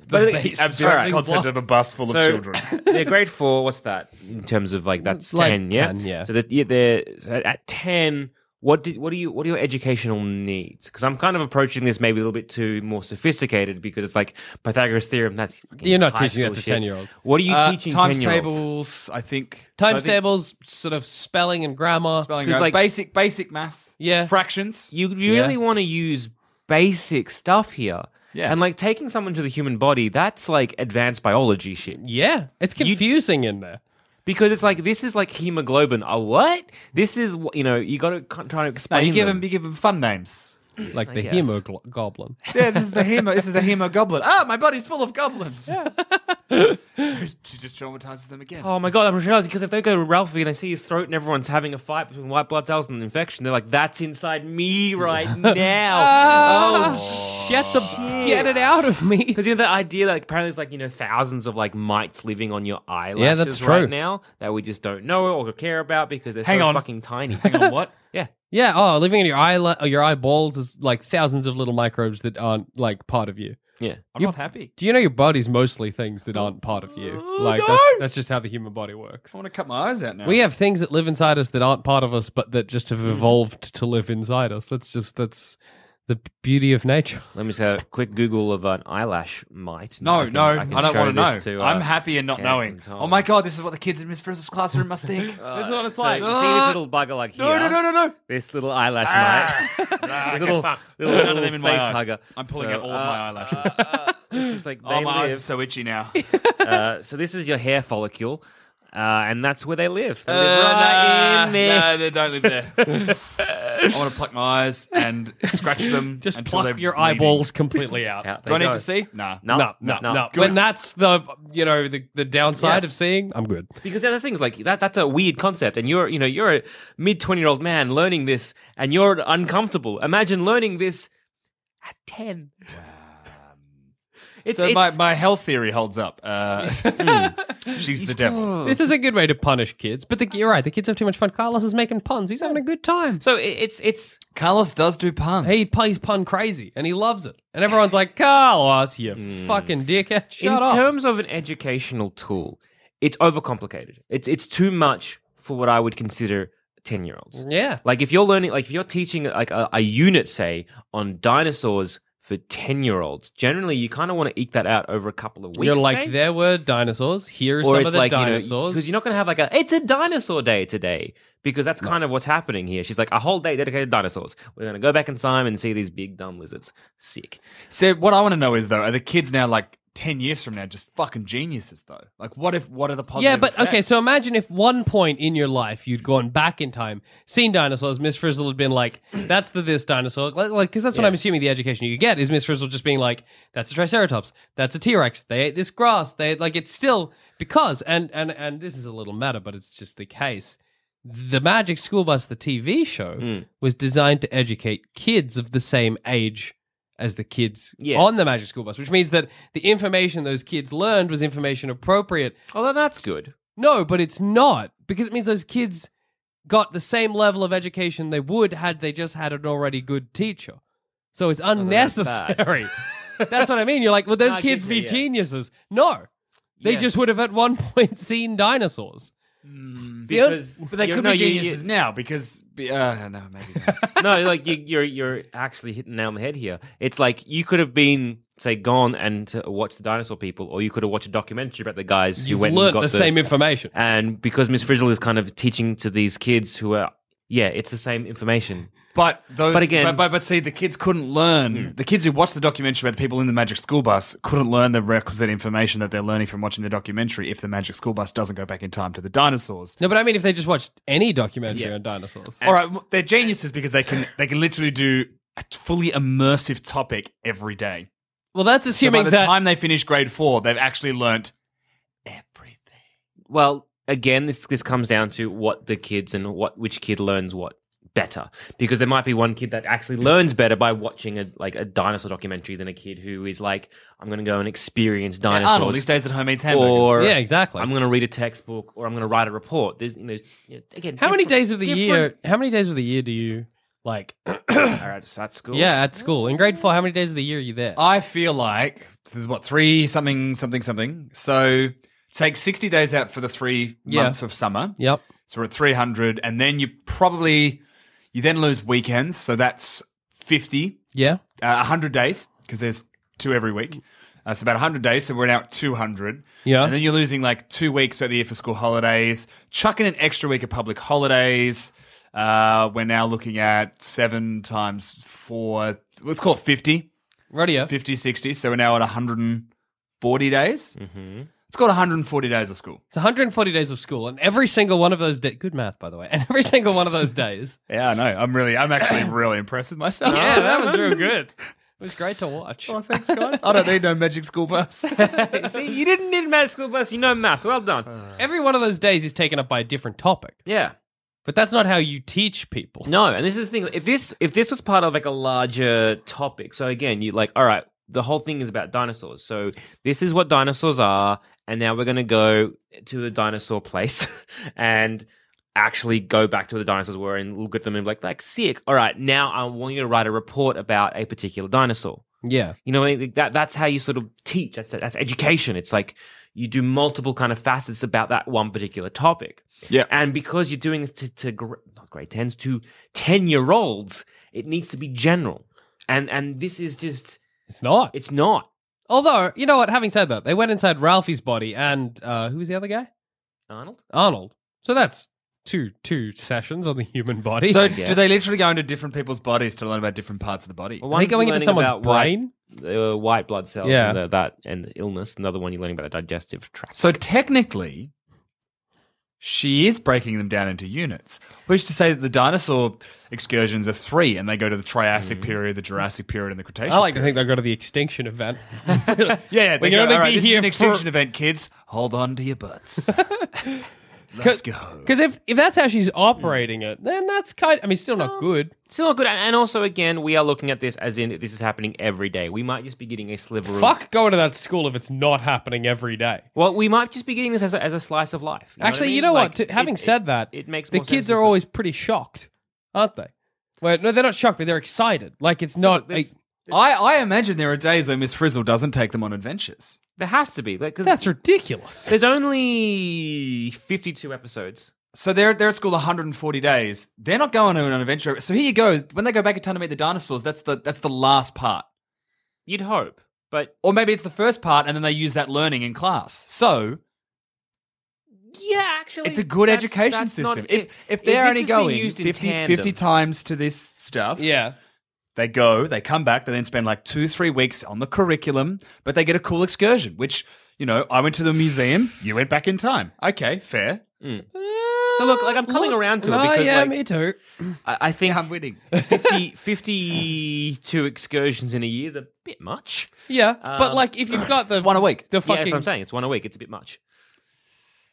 Speaker 2: But
Speaker 3: the
Speaker 2: the
Speaker 3: base
Speaker 2: abstract
Speaker 3: building
Speaker 2: Alright.
Speaker 5: concept of a
Speaker 3: blocks.
Speaker 5: bus full of
Speaker 2: So-
Speaker 5: children.
Speaker 2: they're grade four. What's that in terms of like that's
Speaker 3: It's like
Speaker 2: ten? Yeah,
Speaker 3: 10, yeah.
Speaker 2: So that yeah, they're so at, at ten. What did what are you what are your educational needs? Because I'm kind of approaching this maybe a little bit too more sophisticated because it's like Pythagoras theorem. That's fucking
Speaker 3: You're not
Speaker 2: high
Speaker 3: teaching that
Speaker 2: school
Speaker 3: to
Speaker 2: shit.
Speaker 3: 10-year-olds.
Speaker 2: What are you
Speaker 5: Uh,
Speaker 2: teaching
Speaker 5: times
Speaker 2: 10-year-olds?
Speaker 5: tables, I think. I
Speaker 3: Times
Speaker 5: think
Speaker 3: tables, sort of spelling and grammar.
Speaker 5: spelling
Speaker 2: 'Cause,
Speaker 5: guide.
Speaker 2: like-
Speaker 5: basic basic math.
Speaker 3: Yeah.
Speaker 5: fractions.
Speaker 2: You really want to use basic stuff here.
Speaker 5: Yeah.
Speaker 2: And like taking someone to the human body, that's like advanced biology shit.
Speaker 3: Yeah, it's confusing in there.
Speaker 2: Because it's like, this is like hemoglobin. A what? This is, wh- you know, you got to try to
Speaker 5: No,
Speaker 2: explain.
Speaker 5: you give
Speaker 2: them.
Speaker 5: them you give them fun names.
Speaker 3: Like the
Speaker 2: guess.
Speaker 3: hemoglo- goblin.
Speaker 5: Yeah, this is the hemo. this is a hemo goblin. Ah, my body's full of goblins. she just traumatizes them again.
Speaker 2: Oh my god, I'm realizing because if they go to Ralphie and they see his throat and everyone's having a fight between white blood cells and an infection, they're like, that's inside me right now.
Speaker 3: Oh, get the get it out of me.
Speaker 2: Because you know that idea that apparently it's like, you know, thousands of like mites living on your eyelashes
Speaker 3: that's true.
Speaker 2: right now that we just don't know or care about because they're
Speaker 5: Hang
Speaker 2: so
Speaker 5: on.
Speaker 2: fucking tiny.
Speaker 5: what?
Speaker 2: yeah.
Speaker 3: Yeah. Oh, living in your eye, or your eyeballs is like thousands of little microbes that aren't like part of you.
Speaker 2: Yeah.
Speaker 5: I'm not happy.
Speaker 3: Do you know your body's mostly things that aren't part of you? Like
Speaker 5: no!
Speaker 3: that's, that's just how the human body works.
Speaker 5: I want to cut my eyes out now.
Speaker 3: We have things that live inside us that aren't part of us, but that just
Speaker 5: Hmm.
Speaker 3: have evolved to live inside us. That's just that's the beauty of nature.
Speaker 2: Let me just have a quick Google of an eyelash mite.
Speaker 5: No,
Speaker 2: can-
Speaker 5: no, I,
Speaker 2: can
Speaker 5: don't
Speaker 2: show
Speaker 5: want to know.
Speaker 2: this to, uh,
Speaker 5: I'm happy in not
Speaker 2: Ken and
Speaker 5: knowing.
Speaker 2: Tom.
Speaker 5: Oh my god, this is what the kids in Miss Frizzle's classroom must think.
Speaker 2: Uh,
Speaker 3: That's what it's
Speaker 2: so
Speaker 3: like.
Speaker 2: You see this little bugger like
Speaker 5: Ah. no,
Speaker 2: here?
Speaker 5: no, no, no, no.
Speaker 2: This little eyelash mite.
Speaker 5: Ah,
Speaker 2: This
Speaker 5: get
Speaker 2: little,
Speaker 5: fucked.
Speaker 2: little,
Speaker 5: None of
Speaker 2: little
Speaker 5: them in my
Speaker 2: face
Speaker 5: eyes.
Speaker 2: hugger.
Speaker 5: I'm pulling
Speaker 2: So,
Speaker 5: out all of
Speaker 2: uh,
Speaker 5: my eyelashes.
Speaker 2: uh, it's just like they
Speaker 5: oh, my eyes are
Speaker 2: live.
Speaker 5: so itchy now.
Speaker 2: Uh, so this is your hair follicle, uh, and that's where they live. They live
Speaker 5: Uh,
Speaker 2: right in there.
Speaker 5: No, they don't live there. I want to pluck my eyes and scratch them.
Speaker 3: Just
Speaker 5: until
Speaker 3: pluck
Speaker 5: they're
Speaker 3: your
Speaker 5: bleeding.
Speaker 3: eyeballs completely out.
Speaker 2: Out
Speaker 5: Do I
Speaker 2: they
Speaker 5: need
Speaker 2: go.
Speaker 5: to see? Nah.
Speaker 2: No,
Speaker 3: No, no, no.
Speaker 2: no.
Speaker 3: When that's the you know the, the downside of seeing, I'm good.
Speaker 2: Because the other things like that that's a weird concept and you're you know you're a mid 20 year old man learning this and you're uncomfortable. Imagine learning this at 10. It's,
Speaker 5: So
Speaker 2: it's
Speaker 5: my, my health theory holds up. Uh, she's the devil.
Speaker 3: This is a good way to punish kids, but the, you're right. The kids have too much fun. Carlos is making puns. He's having a good time.
Speaker 2: so it, it's it's
Speaker 5: Carlos does do puns.
Speaker 3: He plays pun crazy and he loves it. And everyone's like, Carlos, you fucking dickhead. Shut
Speaker 2: Hmm. in
Speaker 3: up.
Speaker 2: terms of an educational tool, it's overcomplicated. It's it's too much for what I would consider 10 year olds.
Speaker 3: yeah.
Speaker 2: Like if you're learning, like if you're teaching like a, a unit, say on dinosaurs for ten year olds, generally you kind of want to eke that out over a couple of weeks.
Speaker 3: You're like,
Speaker 2: say.
Speaker 3: there were dinosaurs. Here are
Speaker 2: or
Speaker 3: some
Speaker 2: it's
Speaker 3: of the
Speaker 2: like you know
Speaker 3: dinosaurs.
Speaker 2: because you're not going to have like a it's a dinosaur day today because that's kind of what's happening here. She's like a whole day dedicated to dinosaurs. We're going to go back in time and see these big dumb lizards. Sick.
Speaker 5: So what I want to know is though, are the kids now like ten years from now just fucking geniuses though? Like, what if what are the positive?
Speaker 3: yeah, but okay,
Speaker 5: effects?
Speaker 3: so imagine if one point in your life you'd gone back in time, seen dinosaurs, Miss Frizzle had been like, that's the this dinosaur. Like, like, because that's what I'm assuming the education you get is Miss Frizzle just being like, that's a Triceratops, that's a T Rex, they ate this grass, they ate, like, it's still because, and, and, and this is a little meta, but it's just the case. The Magic
Speaker 5: Hmm.
Speaker 3: School Bus, the TV show, was designed to educate kids of the same age as the kids
Speaker 2: Yeah.
Speaker 3: on the magic school bus, which means that the information those kids learned was information appropriate.
Speaker 2: Although that's good.
Speaker 3: No, but it's not because it means those kids got the same level of education they would had they just had an already good teacher. So it's unnecessary. that's, what I mean. You're like, will those
Speaker 2: No, I
Speaker 3: kids
Speaker 2: get
Speaker 3: be
Speaker 2: you, Ah, yeah.
Speaker 3: geniuses? No. They
Speaker 2: Yeah.
Speaker 3: just would have at one point seen dinosaurs. The on-
Speaker 2: Because
Speaker 5: But they
Speaker 2: you're-
Speaker 5: could
Speaker 2: no,
Speaker 5: be
Speaker 2: you- you-
Speaker 5: geniuses now because uh, no, maybe not.
Speaker 2: no, like you, you're you're actually hitting the nail on the head here. It's like you could have been say gone and uh, watched the dinosaur people, or you could have watched a documentary about the guys who
Speaker 3: You've
Speaker 2: went and
Speaker 3: learnt
Speaker 2: got
Speaker 3: the, same information.
Speaker 2: And because Miss Frizzle is kind of teaching to these kids who are, yeah, it's the same information.
Speaker 5: But those,
Speaker 2: But again- Hmm.
Speaker 5: but, but, but see, the kids couldn't learn. The kids who watched the documentary about the people in the Magic School Bus couldn't learn the requisite information that they're learning from watching the documentary if the Magic School Bus doesn't go back in time to the dinosaurs.
Speaker 3: No, but I mean, if they just watched any documentary
Speaker 2: Yeah.
Speaker 3: on dinosaurs,
Speaker 5: All right, well, they're geniuses because they can they can literally do a fully immersive topic every day.
Speaker 3: well, that's
Speaker 5: So by
Speaker 3: assuming
Speaker 5: the
Speaker 3: that.
Speaker 5: time they finish grade four, they've actually learnt everything.
Speaker 2: Well, again, this this comes down to what the kids and what which kid learns what better because there might be one kid that actually learns better by watching a like a dinosaur documentary than a kid who is like I'm going to go and experience dinosaurs.
Speaker 5: Arnold, he stays at home eats hamburgers.
Speaker 2: or
Speaker 3: yeah, exactly.
Speaker 2: I'm going to read a textbook or I'm going to write a report. There's, there's you know, again,
Speaker 3: how many
Speaker 2: different-
Speaker 3: days of the
Speaker 2: different-
Speaker 3: year? How many days of the year do you like?
Speaker 2: All right, so at school.
Speaker 3: yeah, at school in grade four, how many days of the year are you
Speaker 2: Uh,
Speaker 3: there?
Speaker 5: I feel like this is what three something something something. So take sixty days out for the three
Speaker 3: Yeah.
Speaker 5: months of summer.
Speaker 3: yep.
Speaker 5: So we're at three hundred, and then you probably you then lose weekends. So that's fifty,
Speaker 3: Yeah.
Speaker 5: uh, hundred days because there's two every week. Uh, so about hundred days. So we're now at two hundred.
Speaker 3: Yeah.
Speaker 5: and then you're losing like two weeks out of the year for school holidays. Chuck in an extra week of public holidays. Uh, we're now looking at seven times four. Let's call it fifty.
Speaker 3: Radio.
Speaker 5: 50, 60. So we're now at 140 days. Mm-hmm. It's called 140 days of school.
Speaker 3: It's 140 days of school, and every single one of those days. Good math, by the way. And every single one of those days.
Speaker 5: Yeah, I know. I'm really, I'm actually really impressed with myself.
Speaker 3: yeah, that was real good. It was great to watch.
Speaker 5: Oh, thanks, guys. I don't need no magic school bus.
Speaker 2: See, you didn't need med school bus. You know math. Well done.
Speaker 3: Every one of those days is taken up by a different topic,
Speaker 2: Yeah.
Speaker 3: but that's not how you teach people.
Speaker 2: No, and this is the thing. If this if this was part of like a larger topic, so again, you like, all right, the whole thing is about dinosaurs. So this is what dinosaurs are, and now we're gonna go to the dinosaur place and actually go back to where the dinosaurs were and look at them and be like, like sick. All right, now I want you to write a report about a particular dinosaur.
Speaker 3: Yeah.
Speaker 2: You know, like, that that's how you sort of teach. That's that's education. It's like you do multiple kind of facets about that one particular topic.
Speaker 5: Yeah.
Speaker 2: And because you're doing this to, to gr- not grade tens to ten year olds, it needs to be general. And and this is just
Speaker 3: It's not.
Speaker 2: it's not.
Speaker 3: Although, you know what? Having said that, they went inside Ralphie's body, and uh, who was the other guy?
Speaker 2: Arnold?
Speaker 3: Arnold. So that's two two sessions on the human body.
Speaker 5: so,
Speaker 2: guess.
Speaker 5: do they literally go into different people's bodies to learn about different parts of the body?
Speaker 3: are they going into someone's brain?
Speaker 2: White, uh, white blood cells
Speaker 3: Yeah.
Speaker 2: and the, that and illness. Another one you're learning about the digestive tract.
Speaker 5: So, technically, she is breaking them down into units, which is to say that the dinosaur excursions are three, and they go to the Triassic period, the Jurassic period, and the Cretaceous.
Speaker 3: Mm. I like to think they go to the extinction event.
Speaker 5: Yeah, yeah.
Speaker 3: We can
Speaker 5: They go,
Speaker 3: only
Speaker 5: All right,
Speaker 3: be
Speaker 5: this is
Speaker 3: here
Speaker 5: an
Speaker 3: for-
Speaker 5: extinction event, kids. Hold on to your butts. Let's go.
Speaker 3: Because if, if that's how she's operating it, then that's kind I mean, still not good.
Speaker 2: Still not good. And, and also, again, we are looking at this as in this is happening every day. We might just be getting a sliver of
Speaker 3: Fuck going to that school if it's not happening every day.
Speaker 2: Well, we might just be getting this as a, as a slice of life. what I
Speaker 3: Actually,
Speaker 2: mean?
Speaker 3: you know
Speaker 2: Like,
Speaker 3: what? To, having
Speaker 2: it-
Speaker 3: said that,
Speaker 2: it makes
Speaker 3: the
Speaker 2: more
Speaker 3: kids
Speaker 2: sense
Speaker 3: are
Speaker 2: if-
Speaker 3: always pretty shocked, aren't they? Wait, no, they're not shocked, but they're excited. Like it's not.
Speaker 2: there's-
Speaker 3: like,
Speaker 5: I, I imagine there are days where Miss Frizzle doesn't take them on adventures.
Speaker 2: there has to be like because
Speaker 3: that's ridiculous.
Speaker 2: there's only fifty-two episodes.
Speaker 5: So they're they're at school 140 days. They're not going on an adventure. So here you go. When they go back in time to meet the dinosaurs, that's the that's the last part.
Speaker 2: You'd hope, but
Speaker 5: Or maybe it's the first part, and then they use that learning in class. So
Speaker 2: yeah, actually,
Speaker 5: it's a good
Speaker 2: that's-
Speaker 5: education
Speaker 2: that's not-
Speaker 5: system. If if they're
Speaker 2: this
Speaker 5: only
Speaker 2: is being
Speaker 5: going
Speaker 2: used in
Speaker 5: 50,
Speaker 2: tandem-
Speaker 5: 50 times to this stuff,
Speaker 3: Yeah.
Speaker 5: They go, they come back, they then spend like two, three weeks on the curriculum, but they get a cool excursion, which, you know, I went to the museum, you went back in time. Okay, fair.
Speaker 2: so look, like I'm coming around to it because
Speaker 3: yeah,
Speaker 2: like,
Speaker 3: me too.
Speaker 2: I, I think
Speaker 5: I'm winning.
Speaker 2: 50, 52 excursions in a year is a bit much.
Speaker 3: Yeah, but
Speaker 2: Um,
Speaker 3: like if you've got the
Speaker 5: One a week.
Speaker 3: the
Speaker 2: Yeah,
Speaker 3: fucking.
Speaker 2: that's what I'm saying. It's one a week. It's a bit much.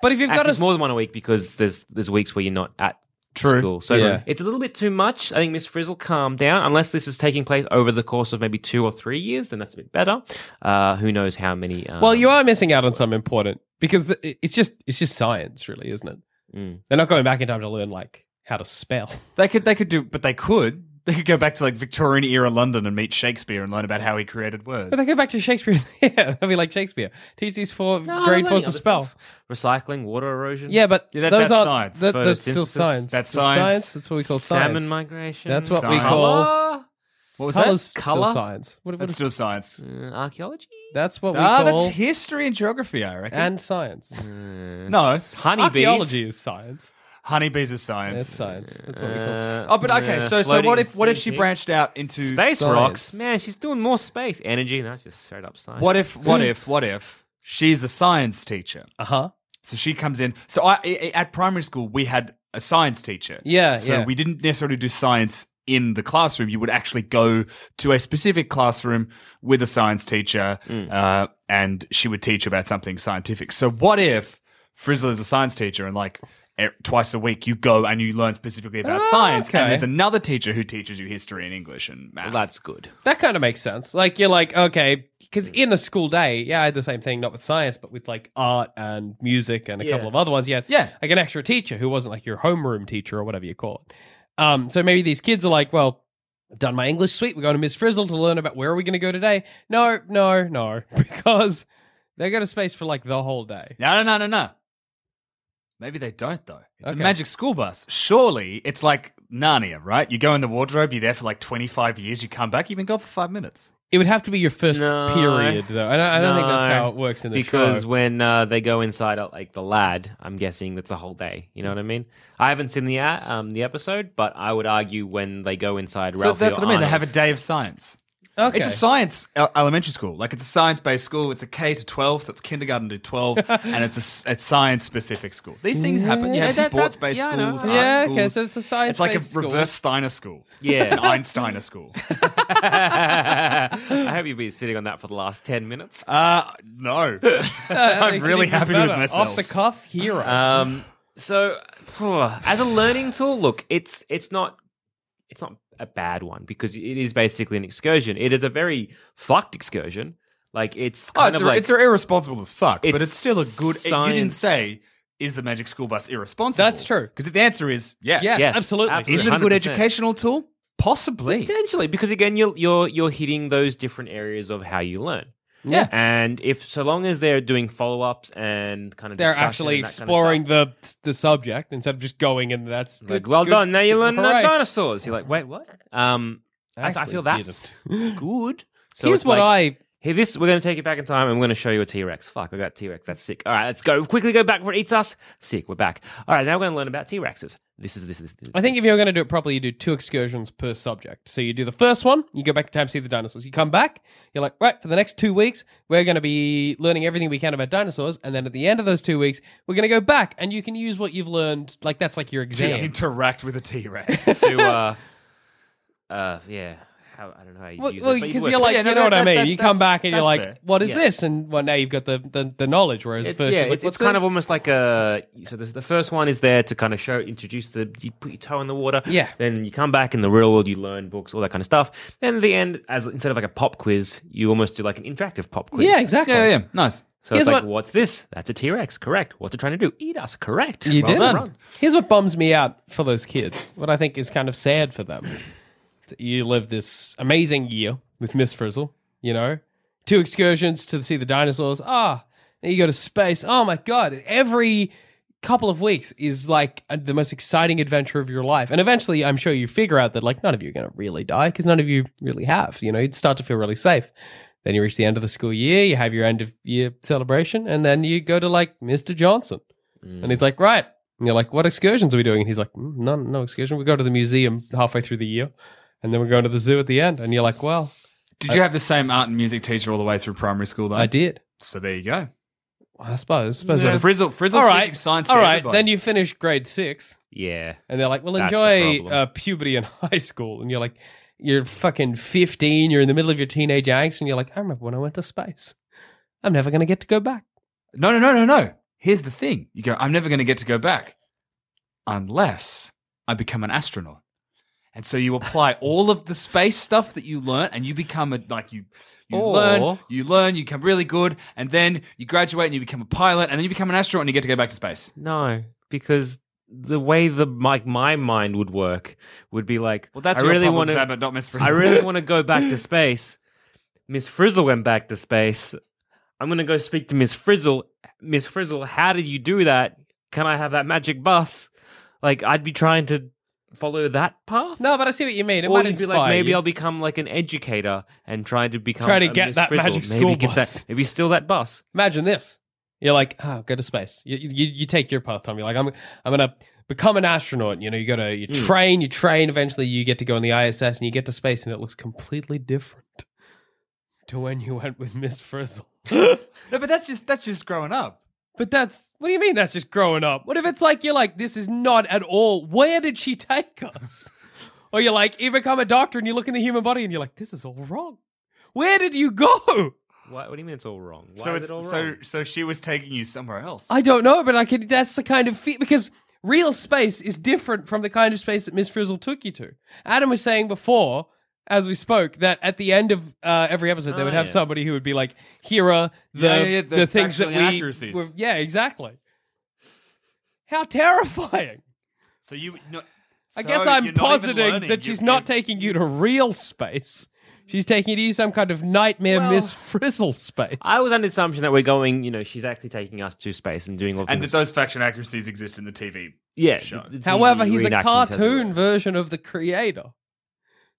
Speaker 3: But if you've
Speaker 2: Actually,
Speaker 3: got a
Speaker 2: it's more than one a week because there's there's weeks where you're not at
Speaker 5: True.
Speaker 2: school. So
Speaker 3: Yeah.
Speaker 2: it's a little bit too much. I think Miss Frizzle, calm down. Unless this is taking place over the course of maybe two or three years, then that's a bit better. Uh, who knows how many? Um,
Speaker 3: Well, you are missing out on some important because the, it- it's just it's just science, really, isn't it?
Speaker 2: Mm.
Speaker 3: They're not going back in time to learn like how to spell.
Speaker 5: They could they could do but they could. They could go back to like Victorian era London and meet Shakespeare and learn about how he created words.
Speaker 3: But they go back to Shakespeare. yeah, they'll be like Shakespeare. Teach these four
Speaker 2: No,
Speaker 3: grade
Speaker 2: learning
Speaker 3: fours to
Speaker 2: other
Speaker 3: spell.
Speaker 2: stuff. Recycling, water erosion.
Speaker 3: Yeah, but
Speaker 5: Yeah, that-
Speaker 3: those
Speaker 5: that's
Speaker 3: aren't
Speaker 5: science.
Speaker 3: that- that's still
Speaker 2: Photosynthesis.
Speaker 3: science.
Speaker 5: That's
Speaker 3: Still
Speaker 5: science.
Speaker 3: That's what we call
Speaker 2: salmon
Speaker 3: science.
Speaker 2: migration.
Speaker 3: That's what we
Speaker 5: Science.
Speaker 3: call
Speaker 5: what was
Speaker 3: colors.
Speaker 5: that?
Speaker 3: Still
Speaker 2: Colour?
Speaker 3: science. What, what
Speaker 5: That's
Speaker 3: is,
Speaker 5: still science.
Speaker 2: Uh, archaeology.
Speaker 3: that's what we
Speaker 5: Ah,
Speaker 3: call
Speaker 5: that's history and geography, I reckon.
Speaker 3: and science.
Speaker 5: no,
Speaker 2: Uh, Honeybees.
Speaker 3: Archaeology is science.
Speaker 5: honeybees is science.
Speaker 3: That's science. That's what we call. science.
Speaker 2: Uh,
Speaker 5: Oh, but okay.
Speaker 2: uh,
Speaker 5: So, so what
Speaker 2: floating
Speaker 5: if what if she
Speaker 2: thing.
Speaker 5: branched out into
Speaker 2: space
Speaker 3: Science.
Speaker 2: rocks? Man, she's doing more space energy. That's just straight up science.
Speaker 5: What if what if what if she's a science teacher?
Speaker 3: Uh
Speaker 2: Uh-huh.
Speaker 3: huh.
Speaker 5: So she comes in. So I, I- at primary school we had a science teacher.
Speaker 3: Yeah,
Speaker 5: So
Speaker 3: yeah.
Speaker 5: we didn't necessarily do science in the classroom. You would actually go to a specific classroom with a science teacher,
Speaker 3: Mm.
Speaker 5: uh, and she would teach about something scientific. So what if Frizzle is a science teacher and like. e- Twice a week, you go and you learn specifically about science,
Speaker 3: Ah, okay.
Speaker 5: and there's another teacher who teaches you history and English and math.
Speaker 2: Well, that's good.
Speaker 3: That kind of makes sense. Like you're like okay, because in a school day, yeah, I had the same thing, not with science, but with like art and music and a couple
Speaker 2: Yeah.
Speaker 3: of other ones. Yeah,
Speaker 5: Yeah.
Speaker 3: like an extra teacher who wasn't like your homeroom teacher or whatever you call it. Um, so maybe these kids are like, well, I've done my English sweet. We're going to Miss Frizzle to learn about where are we going to go today. No, no, no, because they go to space for like the whole day.
Speaker 5: No, no, no, no, no. Maybe they don't though. It's
Speaker 3: Okay.
Speaker 5: a magic school bus. Surely it's like Narnia, right? You go in the wardrobe, you're there for like 25 years, you come back, you've been gone for five minutes.
Speaker 3: It would have to be your first
Speaker 2: No.
Speaker 3: period, though. I don't, I don't think that's
Speaker 2: No,
Speaker 3: how it works in the
Speaker 2: because
Speaker 3: show.
Speaker 2: when uh, they go inside uh, like the lad, I'm guessing that's a whole day. You know what I mean? I haven't seen the uh, um, the episode, but I would argue when they go inside,
Speaker 5: so
Speaker 2: Ralphie
Speaker 5: that's
Speaker 2: or
Speaker 5: what I mean. They have a
Speaker 2: Arnold-
Speaker 5: day of science.
Speaker 3: Okay.
Speaker 5: It's a science el- elementary school. Like it's a science based school. It's a K to 12, so it's kindergarten to 12, and it's a s- it's science specific school. These things happen. You
Speaker 2: Yeah,
Speaker 5: have
Speaker 2: that- that-
Speaker 5: sports based
Speaker 2: yeah, I know.
Speaker 5: schools, art
Speaker 3: yeah,
Speaker 5: schools.
Speaker 3: okay. So it's a science.
Speaker 5: it's like a
Speaker 3: school.
Speaker 5: reverse Steiner school.
Speaker 2: Yeah.
Speaker 5: It's an Einsteiner school.
Speaker 2: I hope you've been sitting on that for the last ten minutes.
Speaker 5: Uh, no.
Speaker 3: Uh,
Speaker 5: I'm really happy with myself. Uh,
Speaker 3: Off the cuff hero.
Speaker 2: Um, so oh, as a learning tool, look, it's it's not it's not a bad one because it is basically an excursion. It is a very fucked excursion. Like it's
Speaker 5: Oh,
Speaker 2: kind of
Speaker 5: it's, ir-
Speaker 2: like
Speaker 5: it's irresponsible as fuck, but
Speaker 2: It's
Speaker 5: it's still a good. You didn't
Speaker 2: science.
Speaker 5: say is the Magic School Bus irresponsible.
Speaker 3: That's true.
Speaker 5: Because if the answer is yes,
Speaker 3: Yes,
Speaker 2: yes,
Speaker 3: absolutely.
Speaker 2: absolutely.
Speaker 5: is it a good
Speaker 2: 100%.
Speaker 5: educational tool? Possibly.
Speaker 2: Potentially, because again, you're you're you're hitting those different areas of how you learn.
Speaker 5: Yeah.
Speaker 2: And if so long as they're doing follow ups and kind of
Speaker 3: They're
Speaker 2: discussion
Speaker 3: actually
Speaker 2: and that kind of
Speaker 3: exploring
Speaker 2: stuff,
Speaker 3: the the subject instead of just going and that's
Speaker 2: like,
Speaker 3: good-
Speaker 2: well
Speaker 3: good-
Speaker 2: done. Now you
Speaker 3: good-
Speaker 2: learn about
Speaker 3: hooray.
Speaker 2: dinosaurs. You're like, wait, what? Um, I, I
Speaker 3: actually
Speaker 2: feel that's good. So
Speaker 3: Here's
Speaker 2: it's
Speaker 3: what
Speaker 2: like,
Speaker 3: I
Speaker 2: Hey, this we're going to take you back in time, and we're going to show you a T Rex. Fuck, we got T Rex. That's sick. All right, let's go quickly. Go back where it eats us. Sick. We're back. All right, now we're going to learn about T Rexes. This is this is. This,
Speaker 3: I think
Speaker 2: this.
Speaker 3: if you're going to do it properly, you do two excursions per subject. So you do the first one, you go back in time, see the dinosaurs. You come back, you're like, right, for the next two weeks, we're going to be learning everything we can about dinosaurs. And then at the end of those two weeks, we're going to go back and you can use what you've learned. Like, that's like your
Speaker 5: To
Speaker 3: exam.
Speaker 5: interact with a T Rex.
Speaker 2: to uh, uh, yeah, how, I don't know how you
Speaker 3: Well,
Speaker 2: use it, but
Speaker 3: because
Speaker 2: you
Speaker 3: you're
Speaker 2: work-
Speaker 3: like,
Speaker 5: Yeah, no,
Speaker 3: you know
Speaker 5: that-
Speaker 3: what I
Speaker 5: that-
Speaker 3: mean.
Speaker 5: that-
Speaker 3: you come
Speaker 5: that's-
Speaker 3: back and you're
Speaker 5: that's
Speaker 3: like,
Speaker 5: fair.
Speaker 3: what is
Speaker 2: Yeah.
Speaker 3: this? And well, now you've got the the, the knowledge. Whereas
Speaker 2: It's,
Speaker 3: first,
Speaker 2: yeah,
Speaker 3: she's like,
Speaker 2: it's, it's
Speaker 3: what's
Speaker 2: kind
Speaker 3: the-
Speaker 2: of almost like a. So this, the first one is there to kind of show, introduce the. You put your toe in the water.
Speaker 3: Yeah.
Speaker 2: Then you come back in the real world, you learn books, all that kind of stuff. Then at the end, as instead of like a pop quiz, you almost do like an interactive pop quiz.
Speaker 3: yeah, exactly.
Speaker 5: yeah, yeah, nice.
Speaker 2: So
Speaker 3: Here's
Speaker 2: it's like,
Speaker 3: what-
Speaker 2: what's this? That's a T Rex. Correct. What's it trying to do? Eat us. Correct.
Speaker 3: You
Speaker 2: Well
Speaker 3: did.
Speaker 2: done.
Speaker 3: Here's what bums me out for those kids. What I think is kind of sad for them. You live this amazing year with Miss Frizzle, you know, two excursions to see the dinosaurs. Ah, then you go to space. Oh my god! Every couple of weeks is like a- the most exciting adventure of your life, and eventually, I'm sure you figure out that like none of you are going to really die because none of you really have. You know, you'd start to feel really safe. Then you reach the end of the school year, you have your end of year celebration, and then you go to like Mr. Johnson. And he's like, right. And you're like, what excursions are we doing? And he's like, "Mm, none, no excursion. We go to the museum halfway through the year, and then we're going to the zoo at the end. And you're like, well,
Speaker 5: Did you have the same art and music teacher all the way through primary school? Though?
Speaker 3: I did.
Speaker 5: So there you go.
Speaker 3: I suppose. I suppose
Speaker 5: So
Speaker 3: that's-
Speaker 5: Frizzle, Frizzle's
Speaker 3: all right,
Speaker 5: teaching science.
Speaker 3: all
Speaker 5: to
Speaker 3: right.
Speaker 5: everybody.
Speaker 3: Then you finish grade six,
Speaker 2: Yeah.
Speaker 3: and they're like, well,
Speaker 2: That's the
Speaker 3: enjoy
Speaker 2: problem.
Speaker 3: uh, puberty in high school. And you're like, you're fucking 15. You're in the middle of your teenage angst, and you're like, I remember when I went to space. I'm never going to get to go back.
Speaker 5: No, no, no, no, no. Here's the thing. You go. I'm never going to get to go back, unless I become an astronaut. And so you apply all of the space stuff that you learn, and you become a like you you
Speaker 2: Or-
Speaker 5: learn, you learn, you become really good, and then you graduate and you become a pilot, and then you become an astronaut, and you get to go back to space.
Speaker 2: No, because the way the like my mind would work would be like,
Speaker 5: Well, that's
Speaker 2: I
Speaker 5: your
Speaker 2: really
Speaker 5: problem,
Speaker 2: want
Speaker 5: Zab,
Speaker 2: to.
Speaker 5: but not Miss
Speaker 2: I
Speaker 5: Frizzle.
Speaker 2: really want to go back to space. Miss Frizzle went back to space. I'm going to go speak to Miss Frizzle. Miss Frizzle, how did you do that? Can I have that magic bus? Like, I'd be trying to follow that path.
Speaker 3: No, but I see what you mean. It
Speaker 2: or
Speaker 3: might
Speaker 2: you'd be
Speaker 3: inspire
Speaker 2: like, maybe
Speaker 3: you.
Speaker 2: I'll become like an educator and try to become
Speaker 3: Try to
Speaker 2: a
Speaker 3: get
Speaker 2: Miss
Speaker 3: that
Speaker 2: Frizzle.
Speaker 3: magic
Speaker 2: maybe
Speaker 3: school
Speaker 2: get
Speaker 3: bus.
Speaker 2: That, maybe steal that bus.
Speaker 3: Imagine this. You're like, oh, go to space. You, you, you take your path, Tom. You're like, I'm, I'm going to become an astronaut. You know, you got to you train, you train. Eventually, you get to go on the ISS and you get to space, and it looks completely different to when you went with Miss Frizzle.
Speaker 5: no, but that's just that's just growing up.
Speaker 3: But that's, what do you mean that's just growing up? What if it's like, you're like, this is not at all, where did she take us? Or you're like, you become a doctor and you look in the human body and you're like, this is all wrong. Where did you go?
Speaker 2: Why, what do you mean it's all wrong? Why
Speaker 5: so
Speaker 2: is
Speaker 5: it's
Speaker 2: it all
Speaker 5: so
Speaker 2: wrong?
Speaker 5: so she was taking you somewhere else.
Speaker 3: I don't know, but I could. That's the kind of fe because real space is different from the kind of space that Miss Frizzle took you to. Adam was saying before, as we spoke, that at the end of uh, every episode they
Speaker 2: Oh,
Speaker 3: would have
Speaker 2: yeah.
Speaker 3: somebody who would be like, "Here are the
Speaker 5: Yeah, yeah, yeah,
Speaker 3: the,
Speaker 5: the
Speaker 3: things that we
Speaker 5: factual inaccuracies.
Speaker 3: were- yeah, exactly. How terrifying!
Speaker 5: so you. No,
Speaker 3: I
Speaker 5: so
Speaker 3: guess I'm
Speaker 5: you're not even
Speaker 3: positing
Speaker 5: learning.
Speaker 3: that
Speaker 5: You-
Speaker 3: she's not
Speaker 5: you're-
Speaker 3: taking you to real space. She's taking you to some kind of nightmare
Speaker 2: Well,
Speaker 3: Miss Frizzle space.
Speaker 2: I was under the assumption that we're going, you know, she's actually taking us to space and doing all
Speaker 5: And
Speaker 2: things.
Speaker 5: that those faction accuracies exist in the TV.
Speaker 2: yeah.
Speaker 5: Sure.
Speaker 2: the- the
Speaker 3: However,
Speaker 2: TV
Speaker 3: he's a
Speaker 2: reenactment
Speaker 3: cartoon
Speaker 2: everywhere.
Speaker 3: version of the creator.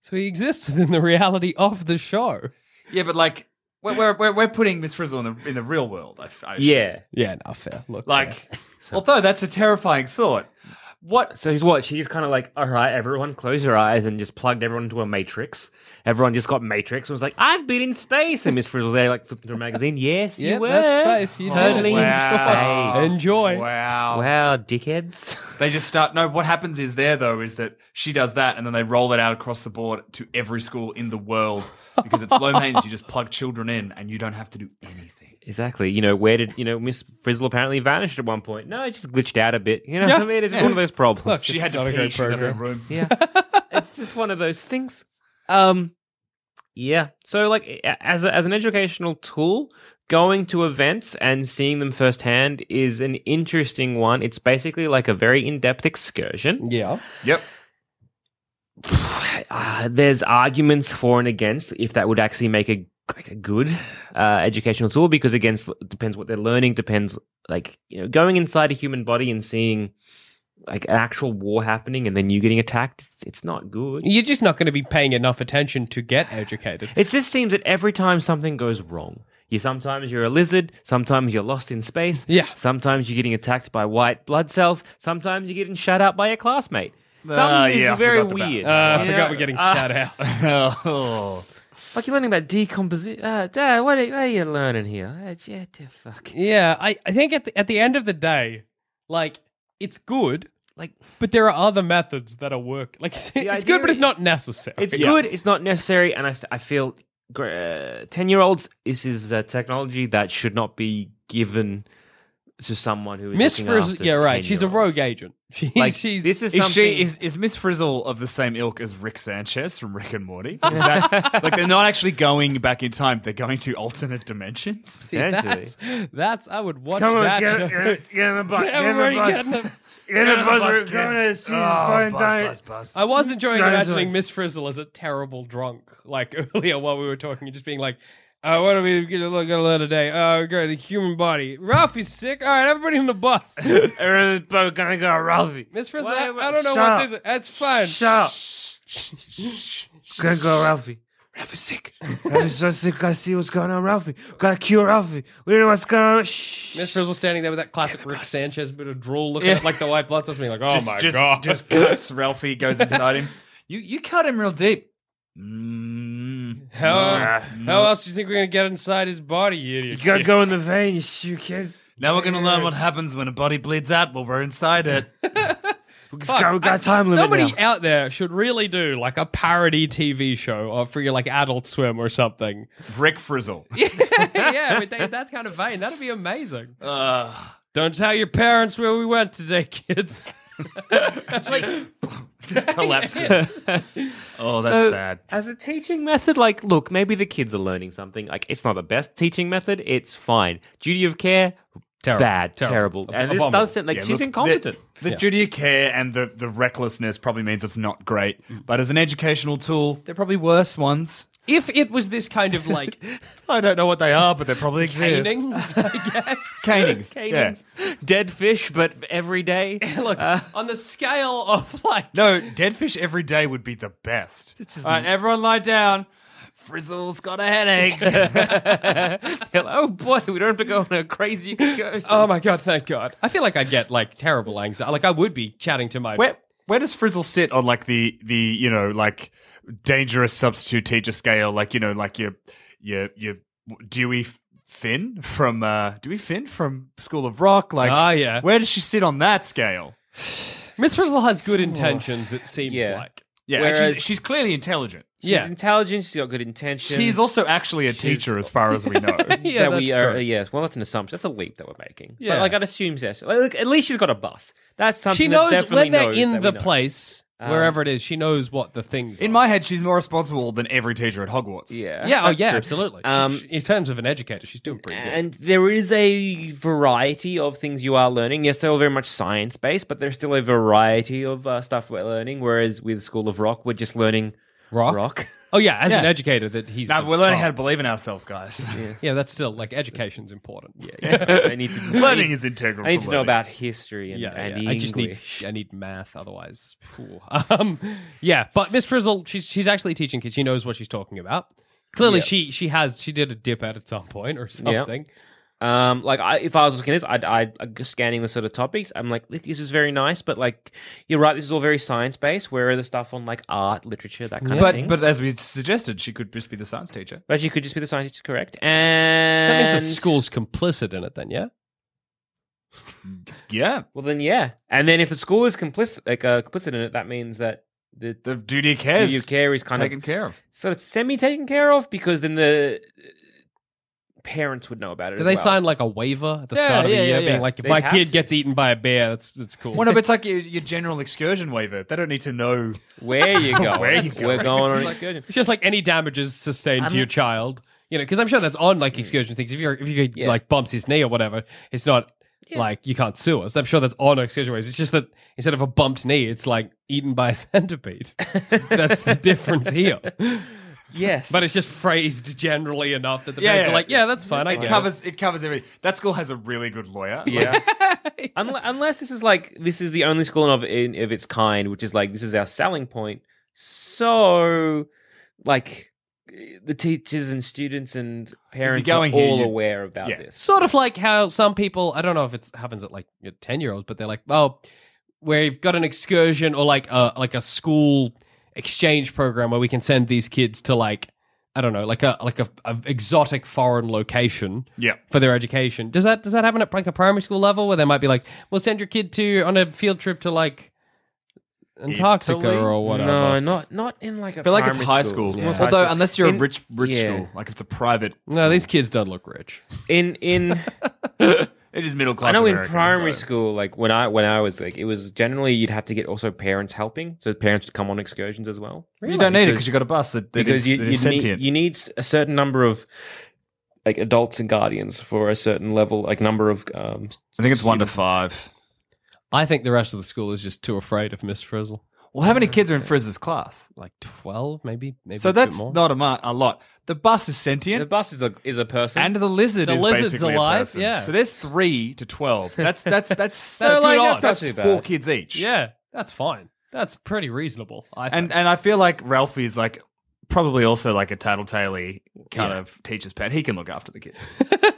Speaker 3: So he exists within the reality of the show.
Speaker 5: Yeah, but like we're we're, we're, we're putting Miss Frizzle in the in the real world. I, f- I assume.
Speaker 2: Yeah.
Speaker 3: Yeah, no, fair. Look.
Speaker 5: Like, although that's a terrifying thought. What?
Speaker 2: So he's what? She's kind of like, all right, everyone, close your eyes, and just plugged everyone into a matrix. Everyone just got matrix and was like, I've been in space. And Miss Frizzle there, like, flipped into a magazine. Yes,
Speaker 3: Yeah,
Speaker 2: you were.
Speaker 3: that's space. You
Speaker 2: totally
Speaker 3: did.
Speaker 2: in
Speaker 5: Wow.
Speaker 2: space.
Speaker 3: Enjoy.
Speaker 5: Wow.
Speaker 2: Wow, dickheads.
Speaker 5: They just start. No, what happens is there though is that she does that, and then they roll it out across the board to every school in the world because it's low maintenance. You just plug children in, and you don't have to do anything.
Speaker 2: Exactly. You know, where did, you know, Miss Frizzle apparently vanished at one point. No, it just glitched out a bit. You know
Speaker 3: Yeah.
Speaker 2: what I mean? It's just one of those problems.
Speaker 3: Look,
Speaker 5: She
Speaker 3: It's
Speaker 5: had to
Speaker 3: not a
Speaker 5: pee.
Speaker 3: great
Speaker 5: She didn't have
Speaker 3: program.
Speaker 5: a room.
Speaker 2: Yeah. it's just one of those things. Um yeah. So like a- as a, as an educational tool, going to events and seeing them firsthand is an interesting one. It's basically like a very in-depth excursion.
Speaker 3: Yeah.
Speaker 5: Yep.
Speaker 2: Uh, there's arguments for and against if that would actually make a like a good uh, educational tool because against depends what they're learning depends like you know going inside a human body and seeing like an actual war happening and then you getting attacked it's, it's not good
Speaker 3: You're just not going to be paying enough attention to get educated.
Speaker 2: It just seems that every time something goes wrong, you sometimes you're a lizard, sometimes you're lost in space,
Speaker 3: Yeah.
Speaker 2: Sometimes you're getting attacked by white blood cells, sometimes you're getting shut out by a classmate. Something
Speaker 5: Ah,
Speaker 2: is
Speaker 5: yeah, I
Speaker 2: very
Speaker 5: forgot about
Speaker 2: weird.
Speaker 3: Uh, I
Speaker 2: you
Speaker 3: forgot
Speaker 2: know?
Speaker 3: we're getting
Speaker 2: Uh,
Speaker 3: shout out.
Speaker 5: oh.
Speaker 2: Like you're learning about decomposition. Uh, Dad, what are, what are you learning here? Uh, yeah, the fuck.
Speaker 3: Yeah, I, I think at the, at the end of the day, like, it's good,
Speaker 2: Like
Speaker 3: but there are other methods that are work. Like, it's, it's
Speaker 2: idea
Speaker 3: good, but it's
Speaker 2: is-
Speaker 3: not necessary.
Speaker 2: It's
Speaker 3: Yeah.
Speaker 2: good. It's not necessary, and I, f- I feel ten year olds. This is a technology that should not be given to someone who is
Speaker 3: Miss
Speaker 2: looking
Speaker 3: Frizzle,
Speaker 2: after
Speaker 3: yeah, right. She's a
Speaker 2: 10-year-olds.
Speaker 3: rogue eh? agent. She's,
Speaker 2: Like
Speaker 3: she's
Speaker 2: this is,
Speaker 5: Is
Speaker 2: something-
Speaker 5: she is, is Miss Frizzle of the same ilk as Rick Sanchez from Rick and Morty? Is that, like they're not actually going back in time; they're going to alternate dimensions.
Speaker 3: See, that's, that's I would watch
Speaker 2: Come on,
Speaker 3: that.
Speaker 2: Oh, get,
Speaker 3: show.
Speaker 2: get, get in the bus. Get in the
Speaker 3: Everybody
Speaker 2: bus.
Speaker 3: getting them.
Speaker 2: Get in the
Speaker 5: Buzz,
Speaker 2: bus.
Speaker 5: kids.
Speaker 2: Come on, see the
Speaker 5: Oh,
Speaker 2: fucking
Speaker 5: buzz,
Speaker 2: diet.
Speaker 5: buzz, buzz.
Speaker 3: I was enjoying
Speaker 2: Dinosaurs.
Speaker 3: imagining Miss Frizzle as a terrible drunk, like earlier while we were talking, and just being like, uh, what are we gonna look at learn today? Uh, we got the human body. Ralphie's sick. All right, everybody in the bus.
Speaker 2: Everyone's both gonna go Ralphie.
Speaker 3: Miss Frizzle,
Speaker 2: Why
Speaker 3: I,
Speaker 2: am
Speaker 3: I don't know
Speaker 2: Shut
Speaker 3: what this is. That's fine.
Speaker 2: up. Shut up. gonna go Ralphie. Ralphie's sick. Ralphie's so sick. Gotta see what's going on, Ralphie. Gotta cure Ralphie. We don't know what's going on. Shh.
Speaker 3: Miss Frizzle standing there with that classic Rick Sanchez bit of drool looking at like the white blood cells, being like, oh
Speaker 5: just,
Speaker 3: my
Speaker 5: just,
Speaker 3: god.
Speaker 5: just cuts Ralphie goes inside him. You you cut him real deep. Mm.
Speaker 3: how, how else do you think we're gonna get inside his body, you idiot?
Speaker 2: You gotta
Speaker 3: kids?"
Speaker 2: go in the vein, you shoe kids.
Speaker 5: Now we're gonna learn what happens when a body bleeds out while we're inside it.
Speaker 2: We just
Speaker 3: Fuck,
Speaker 2: got, we got a
Speaker 3: I-
Speaker 2: time limit
Speaker 3: Somebody
Speaker 2: now.
Speaker 3: out there should really do like a parody TV show or for your like Adult Swim or something.
Speaker 5: Rick Frizzle.
Speaker 3: yeah, but they, that kind of vein, that'd be amazing.
Speaker 5: Uh,
Speaker 3: Don't tell your parents where we went today, kids.
Speaker 5: just collapses. oh, that's
Speaker 2: So,
Speaker 5: sad.
Speaker 2: As a teaching method, like, look, maybe the kids are learning something. Like, it's not the best teaching method. It's fine. Duty of care,
Speaker 3: Terrible.
Speaker 2: bad, terrible.
Speaker 3: Terrible.
Speaker 2: And this
Speaker 3: Abominable.
Speaker 2: does sound like
Speaker 5: Yeah,
Speaker 2: she's
Speaker 5: look,
Speaker 2: incompetent.
Speaker 5: The, the duty of care and the, the recklessness probably means it's not great. But as an educational tool, they're probably worse ones.
Speaker 3: If it was this kind of like
Speaker 5: I don't know what they are, but they probably exist.
Speaker 3: paintings, I guess.
Speaker 5: Canings.
Speaker 2: Cadence.
Speaker 5: Yeah.
Speaker 2: Dead fish, but every day.
Speaker 3: Look,
Speaker 2: Uh.
Speaker 3: on the scale of like
Speaker 5: No, dead fish every day would be the best. All right, everyone lie down. Frizzle's got a headache.
Speaker 2: oh boy, we don't have to go on a crazy excursion.
Speaker 3: Oh my god, thank god. I feel like I'd get like terrible anxiety. Like I would be chatting to my
Speaker 5: where where does Frizzle sit on like the the you know like dangerous substitute teacher scale? Like you know like your your your Dewey Finn from uh, Dewey Finn from School of Rock. Like
Speaker 3: Ah, yeah.
Speaker 5: where does she sit on that scale?
Speaker 3: Miss Frizzle has good intentions, it seems
Speaker 2: Yeah.
Speaker 3: like.
Speaker 5: Yeah, and
Speaker 2: Whereas-
Speaker 5: she's, she's clearly intelligent.
Speaker 2: she's
Speaker 3: yeah.
Speaker 2: intelligent. She's got good intentions.
Speaker 5: She's also actually a teacher, as far as we know.
Speaker 3: Yeah,
Speaker 2: that we
Speaker 3: that's
Speaker 2: are.
Speaker 3: true.
Speaker 2: Yes, well, that's an assumption. That's a leap that we're making.
Speaker 3: Yeah.
Speaker 2: But like, I'd assume yes. Like, look, at least she's got a bus. That's something
Speaker 3: She
Speaker 2: that
Speaker 3: knows
Speaker 2: definitely
Speaker 3: when they're
Speaker 2: knows
Speaker 3: in
Speaker 2: that
Speaker 3: the
Speaker 2: we know. Um,
Speaker 3: place, wherever it is, she knows what the things
Speaker 5: In
Speaker 3: are.
Speaker 5: my head, she's more responsible than every teacher at Hogwarts.
Speaker 2: Yeah.
Speaker 3: Yeah, oh
Speaker 2: that's
Speaker 3: yeah,
Speaker 2: true.
Speaker 3: absolutely. She-
Speaker 2: Um,
Speaker 3: she- in terms of an educator, she's doing pretty good.
Speaker 2: And there is a variety of things you are learning. Yes, they're all very much science based, but there's still a variety of uh, stuff we're learning. Whereas with School of Rock, we're just learning
Speaker 3: Rock?
Speaker 2: rock.
Speaker 3: Oh yeah, as an
Speaker 5: Yeah.
Speaker 3: educator that he's
Speaker 5: Now we're learning
Speaker 3: oh,
Speaker 5: how to believe in ourselves, guys.
Speaker 3: Yeah, that's still like education's important. Yeah.
Speaker 2: I need to
Speaker 5: learning is integral.
Speaker 2: I need to know
Speaker 5: learning.
Speaker 2: about history and,
Speaker 3: Yeah,
Speaker 2: and
Speaker 3: yeah.
Speaker 2: English.
Speaker 3: I just need I need math otherwise. phew. Um, yeah, but Miss Frizzle, she's she's actually teaching kids. She knows what she's talking about. Clearly, she she has she did a dip out at some point or something.
Speaker 2: Um, like I, if I was looking at this, I'd, I'd I'd go scanning the sort of topics. I'm like, "Look, this is very nice, but like, you're right. This is all very science based. Where are the stuff on like art, literature, that kind of
Speaker 5: But
Speaker 2: things?
Speaker 5: but as we suggested, she could just be the science teacher.
Speaker 2: but you could just be the scientist, correct? And
Speaker 3: That means the school's complicit in it. Then yeah,
Speaker 5: Yeah,
Speaker 2: Well, then yeah. And then if the school is complicit, like uh, complicit in it, that means that the
Speaker 5: the duty of care
Speaker 2: you
Speaker 5: is
Speaker 2: care is kind
Speaker 5: taken
Speaker 2: of
Speaker 5: care of.
Speaker 2: sort of semi taken care of because then the uh, parents would know about it.
Speaker 3: do
Speaker 2: as
Speaker 3: they
Speaker 2: well.
Speaker 3: sign like a waiver at the
Speaker 5: Yeah,
Speaker 3: start of the
Speaker 5: yeah,
Speaker 3: year,
Speaker 5: yeah,
Speaker 3: being
Speaker 5: yeah.
Speaker 3: like, if
Speaker 2: They
Speaker 3: my
Speaker 2: have
Speaker 3: kid
Speaker 2: to.
Speaker 3: gets eaten by a bear, that's that's cool.
Speaker 5: Well, no, but it's like your, your general excursion waiver. They don't need to know.
Speaker 2: where you go?
Speaker 5: Where you
Speaker 2: We're
Speaker 5: going?
Speaker 2: going on
Speaker 5: It's
Speaker 2: an
Speaker 5: like-
Speaker 2: excursion.
Speaker 3: It's just like any damages sustained to your child, you know, because I'm sure that's on like excursion things. If you're if you
Speaker 2: Yeah.
Speaker 3: like bumps his knee or whatever, it's not like you can't sue us. I'm sure that's on excursion ways. It's just that instead of a bumped knee, it's like eaten by a centipede. that's the difference here.
Speaker 2: Yes,
Speaker 3: But it's just phrased generally enough that the
Speaker 5: Yeah,
Speaker 3: parents
Speaker 5: yeah.
Speaker 3: are like, yeah, that's fine. I
Speaker 5: It
Speaker 3: get
Speaker 5: covers it covers everything. That school has a really good lawyer.
Speaker 2: Yeah. Unle- unless this is like this is the only school of in, of its kind, which is like this is our selling point. So, like eh, the teachers and students and parents
Speaker 5: going
Speaker 2: are
Speaker 5: here,
Speaker 2: all
Speaker 5: you-
Speaker 2: aware about
Speaker 5: yeah.
Speaker 2: this.
Speaker 3: Sort of like how some people, I don't know if it happens at like ten year olds, but they're like, oh, we've got an excursion or like a like a school exchange program where we can send these kids to like I don't know, like a like a, a exotic foreign location
Speaker 5: Yeah.
Speaker 3: for their education. Does that does that happen at like a primary school level where they might be like, we'll send your kid to on a field trip to like Antarctica
Speaker 5: Italy?
Speaker 3: or whatever?
Speaker 2: No, not not in like a.
Speaker 5: I feel like it's
Speaker 2: primary
Speaker 5: high school.
Speaker 2: It's more high
Speaker 5: Although
Speaker 2: school.
Speaker 5: unless you're
Speaker 2: In-
Speaker 5: a rich rich
Speaker 2: yeah.
Speaker 5: school, like if it's a private,
Speaker 3: No, these kids don't look rich.
Speaker 2: in in
Speaker 5: it is middle class.
Speaker 2: I know in
Speaker 5: America,
Speaker 2: primary
Speaker 5: so-
Speaker 2: school, like when I when I was like, it was generally you'd have to get also parents helping, so parents would come on excursions as well.
Speaker 5: you don't need it
Speaker 2: Because-
Speaker 5: because you got a bus that, that
Speaker 2: because
Speaker 5: is-
Speaker 2: you,
Speaker 5: that
Speaker 2: you,
Speaker 5: is
Speaker 2: need,
Speaker 5: sentient.
Speaker 2: you need a certain number of like adults and guardians for a certain level, like number of. Um,
Speaker 5: I think it's one to five.
Speaker 3: I think the rest of the school is just too afraid of Miss Frizzle.
Speaker 5: Well, how many kids are in Frizz's class?
Speaker 3: Like twelve, maybe, maybe.
Speaker 5: So
Speaker 3: a bit
Speaker 5: that's
Speaker 3: more.
Speaker 5: not a, mu- a lot. The bus is
Speaker 2: the
Speaker 5: sentient.
Speaker 2: bus is a is a person,
Speaker 5: And the lizard
Speaker 3: The
Speaker 5: is
Speaker 3: lizard's
Speaker 5: basically
Speaker 3: alive,
Speaker 5: a person.
Speaker 3: yeah.
Speaker 5: So there's three to twelve. That's that's that's so
Speaker 3: That's
Speaker 5: like,
Speaker 3: good odds.
Speaker 5: that's,
Speaker 2: Not too
Speaker 5: four
Speaker 2: bad.
Speaker 5: kids each.
Speaker 3: Yeah, that's fine. That's pretty reasonable. I
Speaker 5: and
Speaker 3: think.
Speaker 5: and I feel like Ralphie is like probably also like a tattletale kind of teacher's pet. He can look after the kids.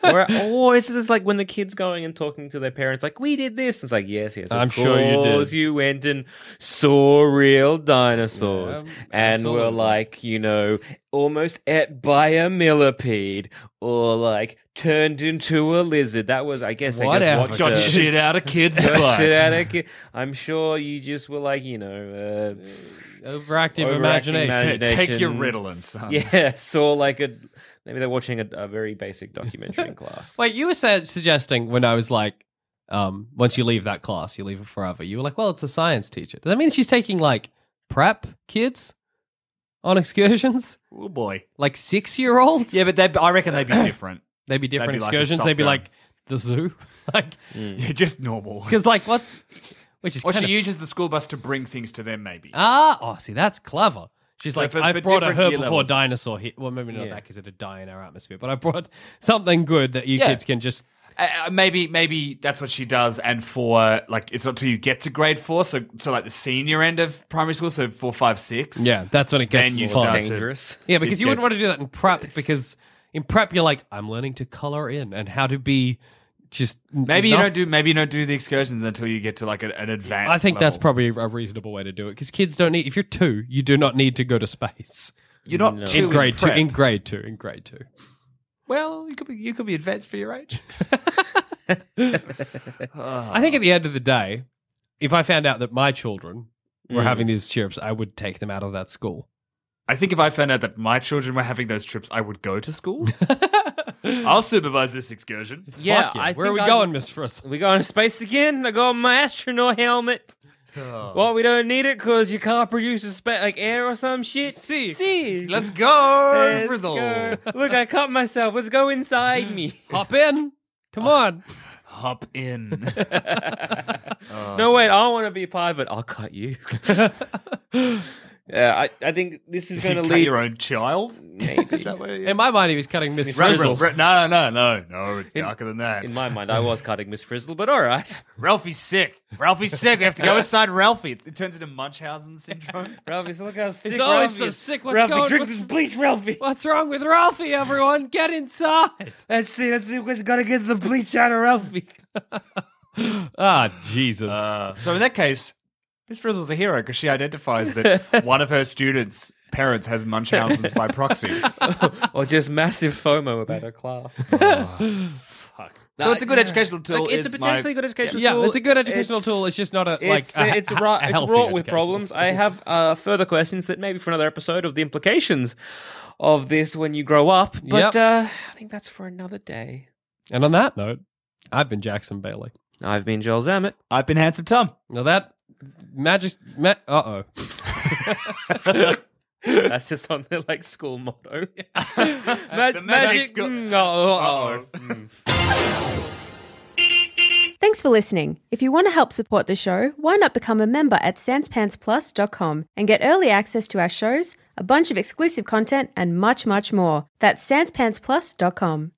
Speaker 2: or, or it's just like when the kids going and talking to their parents, like we did this. It's like yes, yes, of
Speaker 3: I'm sure you did.
Speaker 2: course You went and saw real dinosaurs,
Speaker 3: Yeah, um,
Speaker 2: and were
Speaker 3: absolutely.
Speaker 2: like you know almost et by a millipede, or like turned into a lizard. That was, I guess, they
Speaker 3: Whatever.
Speaker 2: just watched
Speaker 3: Got
Speaker 2: a-
Speaker 3: shit
Speaker 5: out of kids'
Speaker 2: Shit out of ki- I'm sure you just were like, you know,
Speaker 3: Uh, overactive,
Speaker 2: uh,
Speaker 3: imagination.
Speaker 2: overacting
Speaker 5: Take your
Speaker 2: imaginations.
Speaker 5: Ritalin, son.
Speaker 2: Yeah, saw like a maybe they're watching a, a very basic documentary in class.
Speaker 3: Wait, you were sa- suggesting when I was like, Um, once you leave that class, you leave it forever. You were like, well, it's a science teacher. Does that mean she's taking like prep kids on excursions?
Speaker 5: Oh boy.
Speaker 3: Like six year olds?
Speaker 5: Yeah, but they'd, I reckon they'd be different.
Speaker 3: they'd be different
Speaker 5: They'd be like a
Speaker 3: excursions. they'd be
Speaker 5: softer-
Speaker 3: like the zoo, like
Speaker 5: yeah, just normal.
Speaker 3: because like what's which is
Speaker 5: Or
Speaker 3: kind
Speaker 5: she
Speaker 3: of,
Speaker 5: uses the school bus to bring things to them, maybe.
Speaker 3: ah oh see that's clever. She's
Speaker 5: So
Speaker 3: like
Speaker 5: for- for
Speaker 3: I've brought a
Speaker 5: different
Speaker 3: her
Speaker 5: year
Speaker 3: before
Speaker 5: levels."
Speaker 3: dinosaur hit. Well, maybe not that because it'd die in our atmosphere. But I brought something good that you
Speaker 5: Yeah.
Speaker 3: kids can just
Speaker 5: Uh, uh, maybe maybe that's what she does. And for like, it's not till you get to grade four, so so like the senior end of primary school, so four, five, six.
Speaker 3: yeah. That's when it gets
Speaker 5: Then you
Speaker 3: fun.
Speaker 5: start to-
Speaker 2: dangerous.
Speaker 3: Yeah, because
Speaker 5: It
Speaker 3: you wouldn't
Speaker 5: gets-
Speaker 3: want to do that in prep because in prep you're like I'm learning to color in and how to be just
Speaker 5: Maybe you
Speaker 3: enough-
Speaker 5: don't do maybe you don't do the excursions until you get to like a, an advanced.
Speaker 3: I think that's
Speaker 5: level.
Speaker 3: probably a reasonable way to do it because kids don't need. If you're two, you do not need to go to space
Speaker 5: you're not too
Speaker 3: in grade two.
Speaker 5: prep.
Speaker 3: In grade two. In grade two.
Speaker 5: well, you could be you could be advanced for your age.
Speaker 3: I think at the end of the day, if I found out that my children
Speaker 2: Mm.
Speaker 3: were having these trips, I would take them out of that school.
Speaker 5: I think if I found out that my children were having those trips, I would go to school. I'll supervise this excursion.
Speaker 2: Yeah,
Speaker 3: Fuck yeah.
Speaker 2: I
Speaker 3: Where are
Speaker 2: think
Speaker 3: we
Speaker 2: I
Speaker 3: going,
Speaker 2: would-
Speaker 3: Miss Frizzle?
Speaker 2: We going to space again? I got my astronaut helmet. Well, we don't need it because you can't produce a spa- like air or some shit. See, see,
Speaker 5: Let's go,
Speaker 2: Let's
Speaker 5: Frizzle.
Speaker 2: go. Look, I cut myself. Let's go inside me.
Speaker 3: Hop in. Come
Speaker 2: Oh.
Speaker 3: on.
Speaker 5: Hop in.
Speaker 2: no, wait, I want to be a pirate. I'll cut you. yeah, I, I think this is going to
Speaker 5: Cut
Speaker 2: lead.
Speaker 5: your own child. Maybe. Is that what you-
Speaker 3: In my mind, he was cutting Miss
Speaker 5: Frizzle.
Speaker 3: Frizzle.
Speaker 5: Re- No, no, no, no, no. It's darker than that.
Speaker 2: In my mind, I was cutting Miss Frizzle, but all right.
Speaker 5: Ralphie's sick. Ralphie's sick. We have to go inside Ralphie. It's, it turns into Munchausen syndrome.
Speaker 2: Ralphie, so look how sick
Speaker 3: He's always
Speaker 2: Ralphie
Speaker 3: so
Speaker 2: is.
Speaker 3: sick. What's
Speaker 2: Ralphie,
Speaker 3: going-
Speaker 2: drink
Speaker 3: what's-
Speaker 2: this bleach, Ralphie.
Speaker 3: What's wrong with Ralphie? Everyone, get inside.
Speaker 2: Let's see, let's see. We've got to get the bleach out of Ralphie.
Speaker 3: Ah, Jesus.
Speaker 2: Uh,
Speaker 5: so in that case, Miss Frizzle's a hero because she identifies that one of her students' parents has Munchausen's by proxy.
Speaker 2: or just massive FOMO about her class.
Speaker 5: So it's a good educational tool.
Speaker 2: Like, it's a
Speaker 5: is my-
Speaker 2: potentially good educational
Speaker 3: yeah,
Speaker 2: tool.
Speaker 3: it's a good educational tool. It's just not a like
Speaker 2: it's,
Speaker 3: a,
Speaker 2: it's,
Speaker 3: a-
Speaker 2: ra-
Speaker 3: a
Speaker 2: it's
Speaker 3: healthy
Speaker 2: wrought with
Speaker 3: educational
Speaker 2: problems.
Speaker 3: tool.
Speaker 2: I have uh, further questions that maybe for another episode of the implications of this when you grow up. But
Speaker 3: Yep.
Speaker 2: uh, I think that's for another day.
Speaker 3: And on that note, I've been Jackson Bailey.
Speaker 2: I've been Joel Zammett.
Speaker 5: I've been handsome Tom.
Speaker 3: Now that magic, ma- uh oh.
Speaker 2: That's just on the like school motto. Ma-
Speaker 5: The magic
Speaker 2: magic.
Speaker 5: school-
Speaker 2: mm, oh, oh, oh.
Speaker 6: Thanks for listening. If you want to help support the show, why not become a member at sanspantsplus.com and get early access to our shows, a bunch of exclusive content, and much, much more. That's sanspantsplus.com.